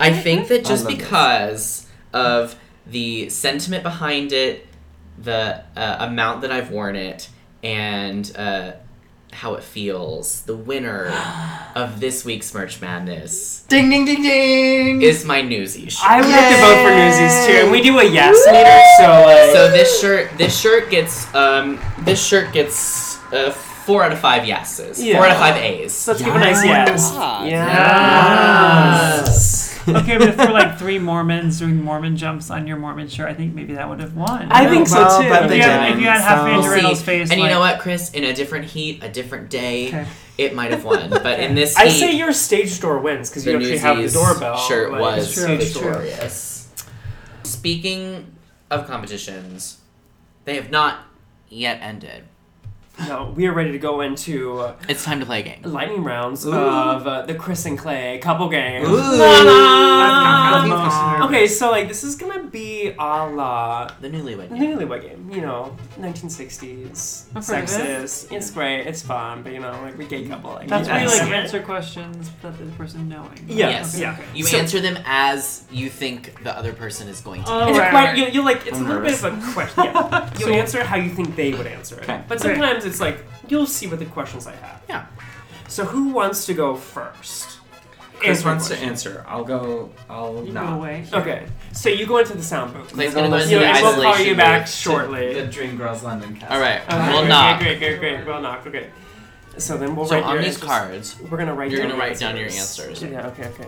I think that just
love this.
because of the sentiment behind it, the uh, amount that I've worn it, and uh, how it feels, the winner of this week's Merch Madness
ding ding ding ding.
is my Newsy shirt.
I would like to vote for Newsies too, and we do a yes meter, so like.
so this shirt, this shirt gets, um, this shirt gets uh, four out of five yeses,
Yeah.
four out of five A's.
so let's give a nice yes.
Yes. okay, but if we're like three Mormons doing Mormon jumps on your Mormon shirt, I think maybe that would have won.
I think so
Well,
too.
but
if
they
you, had,
didn't,
if you had
so-
half Andrew
See,
Reynolds' face,
And
like,
you know what, Chris? In a different heat, a different day,
Okay.
it might have won. But in this heat,
I say your stage door wins because
the
you actually have the
Newsies
doorbell.
shirt
like-
was
It's true, it's true.
victorious. Speaking of competitions, they have not yet ended.
No, we are ready to go into uh,
It's time to play a game.
lightning rounds of uh, the Chris and Clay couple game.
I'm
Um,
most nervous.
okay, so like this is gonna be a la
The newlywed
the
game.
newlywed game. You know, 1960s,
I've heard of it.
sexist. It's great. It's fun, but you know, like we gay couple. Like,
That's where you
yes.
like answer questions without the person knowing.
Yes.
Yes. Yeah.
You
So-
answer them as you think the other person is going to.
Oh,
It's
right,
quite,
right.
you, you like it's
I'm
a little
nervous.
bit of a question. Yeah. You answer how you think they would answer it,
Okay.
but
Okay.
sometimes it's like you'll see what the questions I have.
Yeah.
So who wants to go first?
Chris
Answer
wants to
question.
answer. I'll go. I'll
You
not.
go away.
Okay, so you go into the sound booth.
Clay's gonna go into
Yeah,
the
we'll call
isolation
you back
booth.
shortly.
Dream Girls London cast.
All right.
Okay,
well,
great,
not.
Great, great, great, great. Well knocked. Okay. So then we'll
So
write
on
your
these
answers.
cards,
We're gonna write.
you're
down
gonna
your
write down your
answers.
answers.
Yeah. Okay. Okay.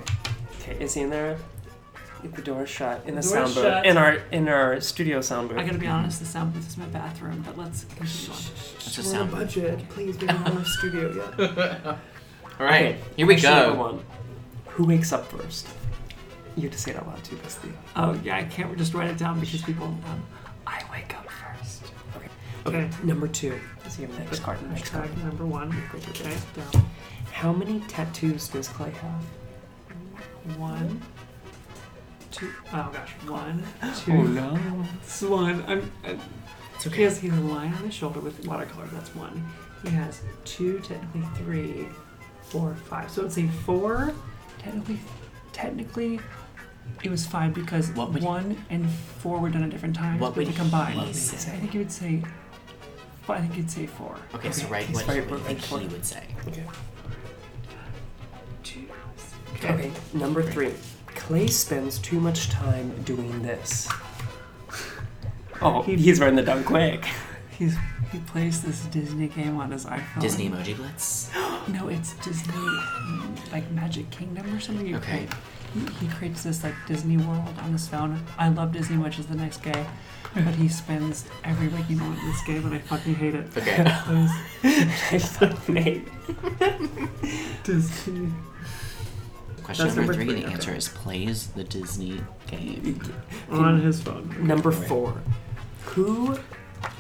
Okay. Is he in there? If the door is shut in the,
The door
sound
is
booth
shut.
in our in our studio sound booth.
I gotta be honest, the sound booth is my bathroom, but let's continue on.
It's a We're on sound a booth.
budget. Please, we don't have a studio yet.
All right, here we
question
go.
number One. Who wakes up first? You have to say it out loud too, Bestie.
Oh, yeah, I can't just write it down because people. Um, I wake up first.
Okay. Okay. Number two. Does he have the next card? The next card.
Number one. Okay.
How many tattoos does Clay have?
One, two. Oh gosh, one, two.
Oh, no.
This is one. I'm. I, it's okay. He has, he has a line on his shoulder with watercolor. That's one. He has two, technically three, four, five. So it's a four. Technically, technically, it was five because one and four were done at different times.
What
but
would
they
he
combined?
say?
I think you would say. Well, I think you'd say four.
Okay, so write
he's
what
very
you would think he
important.
would say.
Okay.
Two.
Okay. Number three. Clay spends too much time doing this. Oh, he's running the dunk quick.
He's he plays this Disney game on his iPhone.
Disney emoji blitz.
No, it's Disney, mm, like Magic Kingdom or something. You
Okay.
create- He creates this like Disney world on his phone. I love Disney much as the next guy, but he spends every waking moment in this game, and I fucking hate it.
Okay.
I
fucking hate
Disney.
Question
That's
number,
number
three.
three,
The
okay.
answer is plays the Disney game.
On his phone.
Number
Okay.
four. Who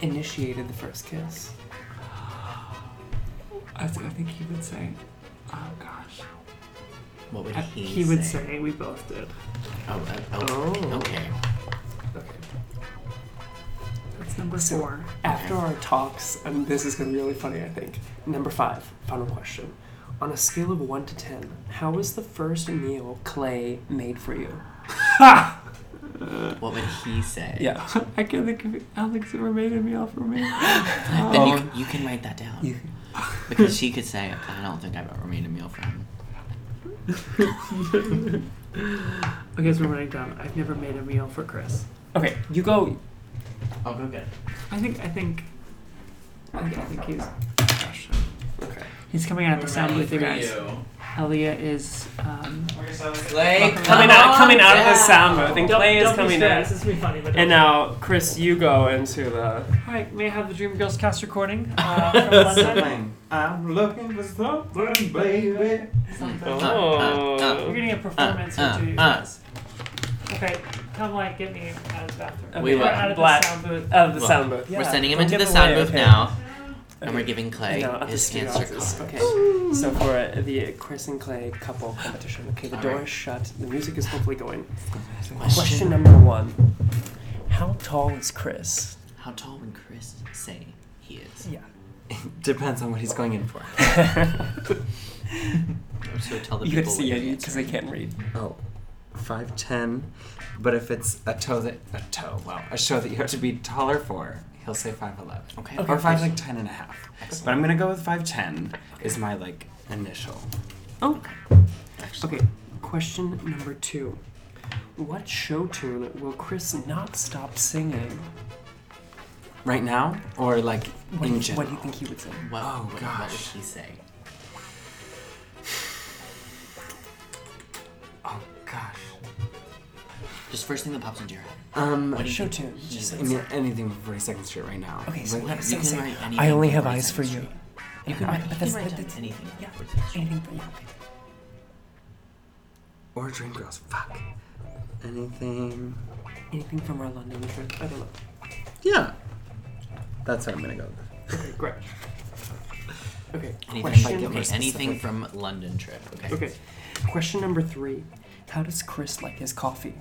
initiated the first kiss?
I, th- I think he would say, "Oh gosh."
What would
I-
he?
he would
say?
say we both did.
Oh, uh, oh, okay.
That's number
So,
four.
After our talks, and this is going to be really funny, I think. Number five, final question. On a scale of one to ten, how was the first meal Clay made for you?
What would he say?
Yeah.
I can't think of it. Alex ever made a meal for me.
Then you, can- you can write that down. because she could say, I don't think I've ever made a meal for him.
Okay, so we're running down. I've never made a meal for Chris.
Okay, you go.
I'll go get it.
I think I think I think, I think he's gosh,
Okay.
He's coming out of the
We're
sound
ready
booth, you
for
guys.
you.
Elia is. Um,
Clay,
Coming out, coming out of the sound booth, and
Don't-
Clay is
don't be
coming
sad,
in.
This is really funny, but
And now, Chris, you go into the.
uh, all right, may I have the Dream Girls cast recording uh, from London?
I'm looking for something, baby.
We're getting a performance
uh,
or two.
uh.
Okay, come like get me out of the bathroom.
We
We're
will.
out of
Black-
the sound booth.
Out of the
Well,
sound booth.
We're
Yeah,
sending him
don't
into the
give
sound
away,
booth
okay.
now, and
Okay.
we're giving Clay
No, at the
his
studio
cancer
office.
card.
Okay. So for uh, the Chris and Clay couple competition, okay, the
All
door
right.
is shut. The music is hopefully going.
Question-
Question number one: How tall is Chris?
How tall would Chris say he is?
Yeah.
Depends on what he's going in for.
So tell the
You
people
could see
what
it because I can't read.
Oh, 5'10. But if it's a toe that, a toe, well, a show that you have to be taller for, he'll say 5'11.
Okay.
Or 5 like 10 and a half. But I'm gonna go with 5'10 is my like initial.
Oh. Okay. Question number two: What show tune will Chris not stop singing?
Right now? Or like
What,
in
do, you, what
general?
do you think he would sing?
What,
Oh,
what, what would
gosh.
he say?
Oh gosh.
Just first thing that pops into your head.
Um,
What do you
Show
think?
tune. Just
I
sing
mean,
something.
anything from 42nd Street right now.
Okay, so
Like,
what-
You
sing,
can
sing.
write anything.
I only
from
have
42nd
eyes for you.
Street.
You can
All
write,
right,
but
you
that's,
can write down
that's
anything.
Yeah.
from 42nd Street.
Anything but you.
Or Dream Girls. Fuck. Anything.
Anything from our London trip? I don't know.
Yeah. That's what I'm gonna go with.
Okay, great. Okay.
Anything,
Question.
okay, anything from London trip. Okay.
Okay. Question number three. How does Chris like his coffee?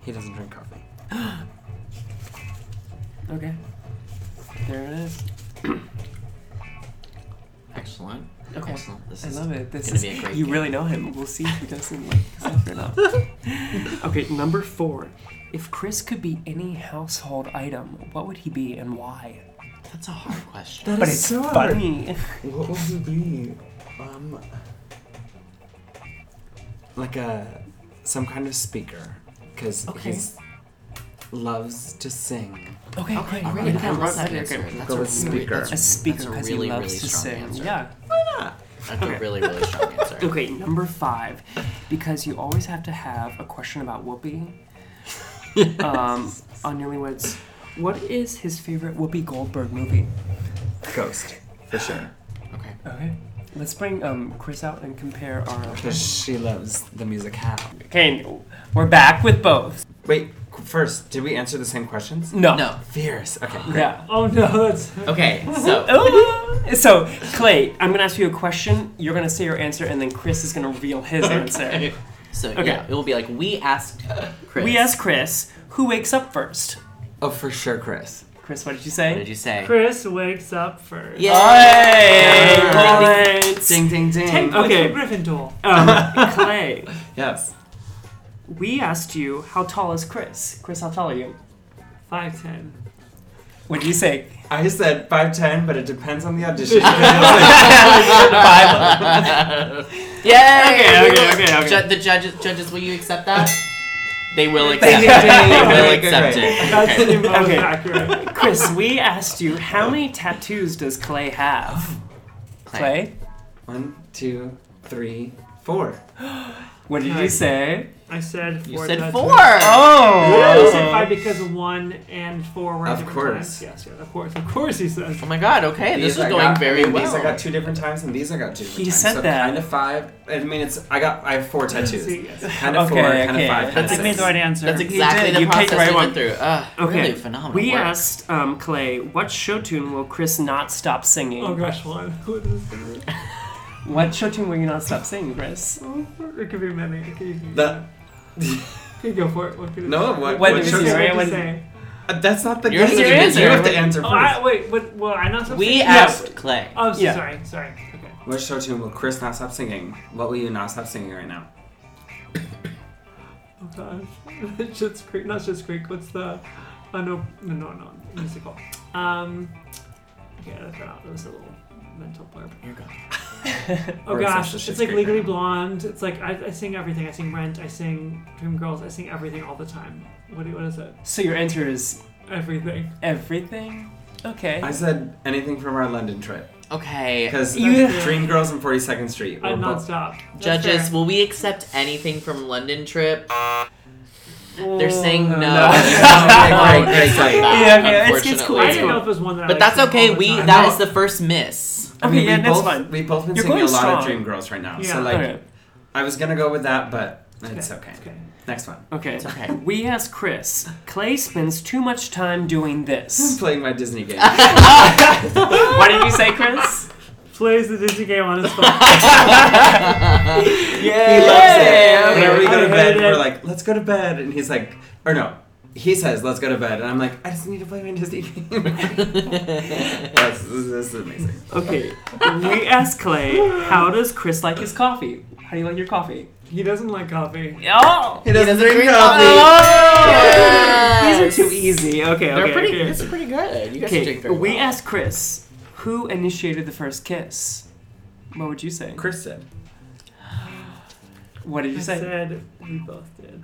He doesn't drink coffee.
Okay. There it is.
Excellent.
Okay.
Excellent. This
I
is
love it. This
gonna
is
be a great
you
game.
really know him. We'll see if he doesn't like his coffee or not. okay, number four. If Chris could be any household item, what would he be and why?
That's a hard question.
but it's funny.
What would it be? Um, like a some kind of speaker, because
Okay.
he's loves to sing.
Okay, okay,
All right.
great. Yeah, that's
Go
good. That's
with
a really-
speaker.
that's a speaker That's a 'cause he really, loves really to strong sing. answer. Yeah.
Why not?
That's a really,
really strong answer.
Okay, number five, because you always have to have a question about Whoopi. Um, on Newlyweds, what is his favorite Whoopi Goldberg movie?
Ghost, for sure.
Okay.
Okay. Let's bring um, Chris out and compare our.
Because she loves the music half.
Okay, we're back with both.
Wait, first, did we answer the same questions?
No. No.
Fierce. Okay. Great.
Yeah.
Oh no, that's
Ooh. so Clay, I'm gonna ask you a question. You're gonna say your answer, and then Chris is gonna reveal his answer.
Okay. So yeah, it will be like we asked Chris.
We asked Chris who wakes up first.
Oh, for sure, Chris.
Chris, what did you say? What
did you say?
Chris wakes up first.
Yay!
Alright.
Points.
Ding, ding, ding.
Ten points
Okay.
for Gryffindor.
Um, Clay,
Yes.
we asked you how tall is Chris? Chris, how tall are you?
Five ten.
What do you say?
I said five ten, but it depends on the audition.
Five.
Yeah.
Okay,
okay, okay, okay.
Ju- the judges, judges, will you accept that? They will
Ding,
accept
ding,
it.
ding.
They will
Okay,
accept
great.
it.
That's
Okay.
the most accurate. Chris, we asked you how many tattoos does Clay have? Clay,
One, two, three, four.
what did you say?
I said four.
You said
tattoos.
four.
Oh.
Yeah, I said five because one and four were
Of
different
course.
times. Yes, yeah, of course, of course he said.
Oh my God. Okay, this
These
is
I
going
got-
very
I mean,
well.
These I got two different times, and these I got two. Different
He
times.
said
so
that.
Kind of five. I mean, it's I got I have four tattoos. Kind of
Okay,
four, kind
okay.
of five. kind
That's
of
made
six.
the right answer.
That's
You
exactly
did.
the
You
process
picked the right
we
one.
went ththrough. Uh,
Okay.
Really phenomenal.
we
work.
asked um, Clay what show tune will Chris not stop singing?
Oh gosh, one. What is it?
What show tune will you not stop singing, Chris?
It could be many. It could be
The-
Okay, go for it. What could it
No,
be?
what-
What
what
is
should-
your
What did you
what-
say?
Uh, That's not the
Yours is
answer.
your answer.
You have to answer
Oh,
first.
I, wait, what, well, I not supposed
We
to-
asked
Yeah.
Clay.
Oh, so
Yeah.
sorry, sorry. Okay.
What show tune will Chris not stop singing? What will you not stop singing right now?
Oh gosh. Shit's Creek, not Shit's Creek. What's the? Oh no, no, no, no musical. Um, okay, that's out. That was a little mental blurb.
You're good.
Oh
Or it's
gosh,
also
it's,
Schitt's
like
Creek
Legally
right now.
Blonde. It's like I, I sing everything. I sing Rent. I sing Dreamgirls. I sing everything all the time. What, do- what is it?
So your answer is
Everything.
everything. Okay.
I said anything from our London trip
Okay.
because
You-
Dream Girls and Forty Second Street. were
I'm
both-
nonstop. That's
Judges,
fair.
will we accept anything from London trip? They're
Oh,
saying no. no.
Okay, great, great, great.
Yeah, okay, it's- it's cool.
I
That's
didn't know if it was one that. I
But
like
that's
sang
okay.
all the
We
time.
that is the first miss.
I mean,
Okay, yeah,
we
that's
both,
fine.
We've both been
You're
singing a
going
lot of
strong.
Dream Girls right now,
Yeah.
so like,
Okay.
I was gonna go with that, but it's okay.
okay.
Next one.
Okay.
okay.
We asked Chris. Clay spends too much time doing
I'm
this.
playing my Disney game.
what did you say, Chris?
Plays the Disney game on his phone.
Yeah.
He loves it.
Okay.
Whenever we go
I
to bed,
hate
we're
it.
like, let's go to bed. And he's like, or no, he says, let's go to bed. And I'm like, I just need to play my Disney game. Yes, this, this is amazing.
Okay. We asked Clay, how does Chris like his coffee? How do you like your coffee?
he doesn't like coffee.
Oh.
He doesn't drink
These are too easy. Okay.
They're
okay.
pretty.
okay.
This is pretty good. You guys are doing
Okay,
very
we
well.
asked Chris, who initiated the first kiss? What would you say?
Chris said,
What did you
I
say?
said we both did.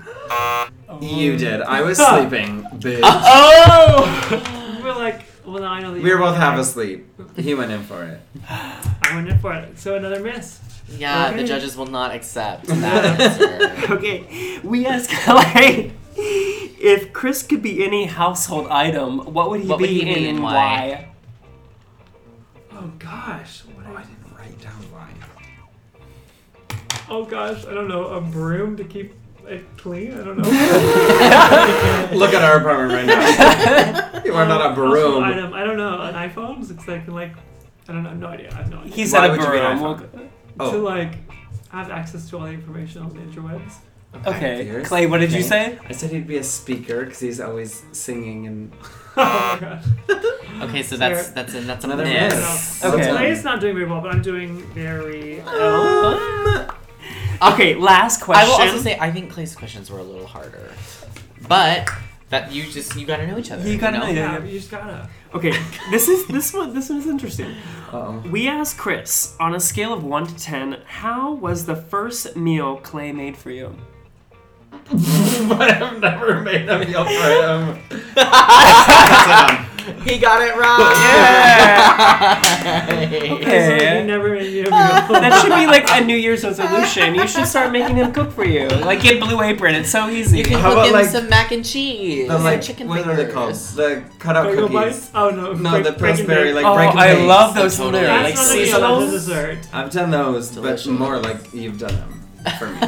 you did. I was sleeping, bitch.
Oh!
We're like, well, now I know that
We
you're
were both half
having.
asleep. He went in for it.
I went in for it. So another miss.
Yeah,
Okay.
the judges will not accept that answer.
okay, we asked Clay if Chris could be any household item, what would he
What
be
would he be
and
and why?
why?
Oh gosh, what
I
I,
didn't write down why.
oh gosh, I don't know. A broom to keep it clean. I don't know.
Look at our apartment right now. you are not a
Household
broom.
Item. I don't know. An iPhone. It's like like I don't know. I have no idea. I have no idea.
He's
Why
at a
would you be an
broom.
iPhone?
We'll-
to
Oh,
like have access to all the information on the interwebs.
Okay,
Here's-
Clay, what did you
okay.
say?
I said he'd be a speaker because he's always singing and
Oh my gosh.
Okay, so that's that's a, that's
another
another miss.
miss.
Okay.
Well done.
Today's not doing very well, but I'm doing very.
Oh. Um, Okay, last
I
question.
will also say I think Clay's questions were a little harder, but that you just you gotta know each other.
You gotta know
Yeah,
Yeah.
but you just gotta.
okay, this is this one. This one is interesting.
Uh-oh.
We asked Chris on a scale of one to ten, how was the first meal Clay made for you?
but I've never made him yell for him.
He got it wrong.
Yeah. okay.
Okay.
you never, you never that should be like a New Year's resolution. You should start making him cook for you. Like get Blue Apron. It's so easy.
You can cook him some mac and cheese.
The
and
like,
chicken
what
fingers.
are they called? The cutout
Bagel
cookies.
bites? Oh, no,
No,
break-
the
break and
Pillsbury
bake.
like
Oh,
break and
I
bake.
love those Totally. little,
That's
like,
not really
seasonal-
a
dessert.
I've done those, but more like you've done them for me.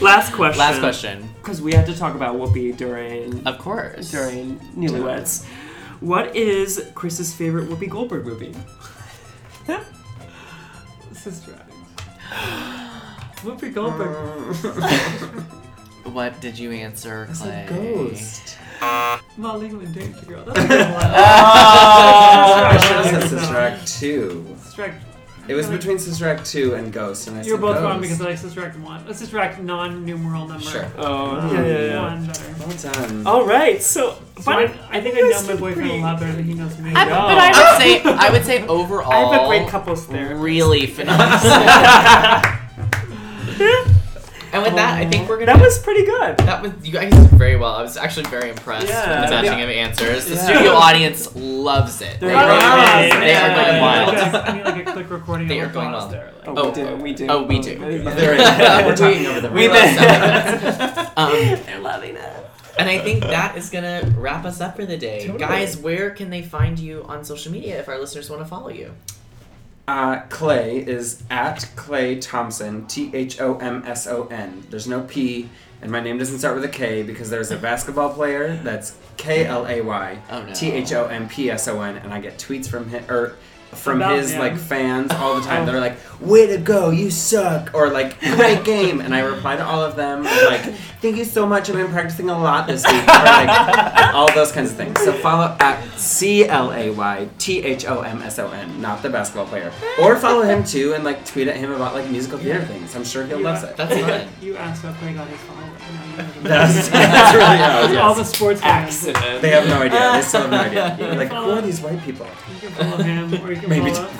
Last question.
Last question.
Because we had to talk about Whoopi during.
Of course.
During Newlyweds. What is Chris's favorite Whoopi Goldberg movie?
Sister Act. Whoopi Goldberg.
Mm. what did you answer,
I
Clay?
said ghost. Molly and Danger Girl. That's a good one.
Oh,
I should have said Sister Act 2.
Sister Act-
It was between Sister Act 2 and Ghost, and I
You're
said
both
Ghost.
wrong because I like Sister Act 1. Let's Sister Act non-numeral number.
Sure.
Oh,
yeah,
yeah, yeah.
One better.
Well done.
Oh,
All right, so,
So
but
I, I think I
you
know
guys
my
did
boyfriend a
pretty-
lot better than he knows me.
I-
No.
but I-
I would say I would say overall.
I have a great couples therapist.
Really phenomenal. and with that, I think we're gonna.
That was pretty good.
That was you guys did very well. I was actually very impressed
Yeah.
with the matching
Yeah.
of answers. The
Yeah.
studio audience loves it.
They're
They,
going
are,
wild.
they are going
Yeah.
wild.
Just- I need like a quick recording
They
of
are
the
going
pause
wild.
there. like-
Oh, we do, we do.
Oh, we do.
There
We're talking over the
We
radio.
love sound. um,
They're loving it.
and I think that is gonna wrap us up for the day,
Totally.
guys. Where can they find you on social media if our listeners want to follow you?
Uh, Clay is at Clay Thompson, T H O M S O N. There's no P, and my name doesn't start with a K because there's a basketball player that's K L A
Oh, no.
Y T H O M P S O N, and I get tweets from him or from
About
his
him.
like fans all the time that are like, "Way to go, you suck," or like, "Great game," and I reply to all of them with, like, "Thank you so much. I've been practicing a lot this week," or like all those kinds of things. So follow at C L A Y T H O M S O N, not the basketball player, or follow him too and like tweet at him about like musical theater things. I'm sure he'll
You
love
are-
it.
That's fun.
You asked what Clay got his follow-up.
That's- that's really how it is.
All the sports fans.
They have no idea. They still have no idea. You're like, who are these white people?
You can follow him, or you can
Maybe
follow.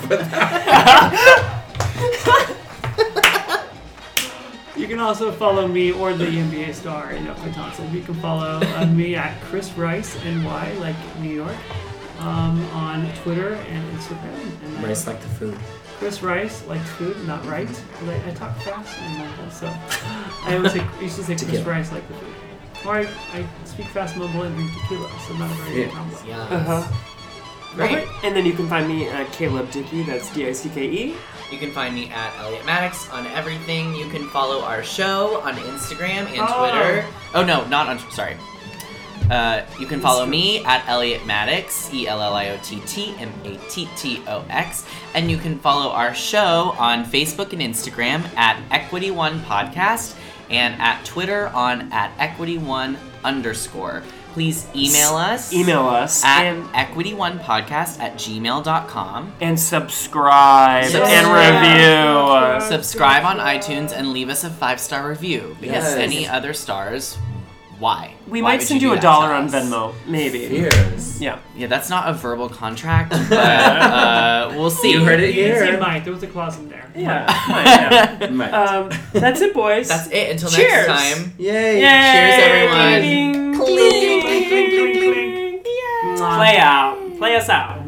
You can also follow me or the NBA star, you know, Clay Thompson. You can follow uh, me at Chris Rice NY, like New York, um, on Twitter and Instagram. And that's
Rice like the food.
Chris Rice likes food, not right. Like, I talk fast and mumble, so I always say, used to say Chris
Tequila.
Rice like the food. Or I, I speak fast, mumble, and drink tequila, so not a very good
Yeah.
combo.
Yeah.
Uh-huh. Right. And then you can find me at Caleb Dickey. That's D I C K E.
You can find me at Elliot Maddox on everything. You can follow our show on Instagram and
Oh.
Twitter. Oh no, not on. Sorry. Uh, you can follow me at Elliot Maddox, E L L I O T T M A T T O X, and you can follow our show on Facebook and Instagram at Equity One Podcast and at Twitter on at Equity One underscore. Please email us
Email us
at
and
Equity One Podcast at gmail.com.
and subscribe,
Subscribe.
and review. uh,
Subscribe on iTunes and leave us a five star review because
Yes.
any other stars, why?
We
Why
might
would
send
do
you a
that to
dollar on
us?
Venmo, maybe.
Years.
Yeah.
Yeah, that's not a verbal contract, but uh, we'll see.
You heard it
You didn't say
here. Uh,
Mike, there was a clause in there.
Yeah.
Mike.
um, that's it, boys.
That's it. Until
Cheers.
next time.
Yay.
Cheers,
Ding,
everyone.
ding,
Cling,
ding,
cling,
ding, ding.
cling,
Play out. Play us out.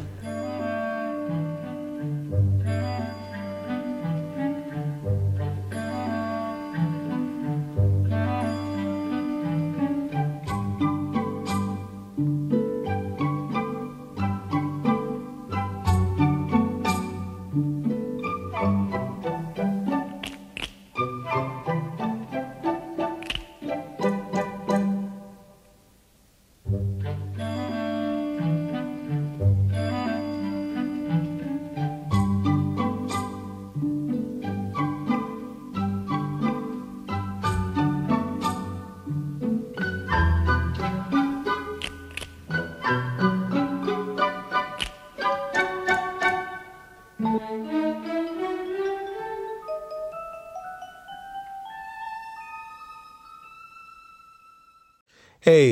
Hey,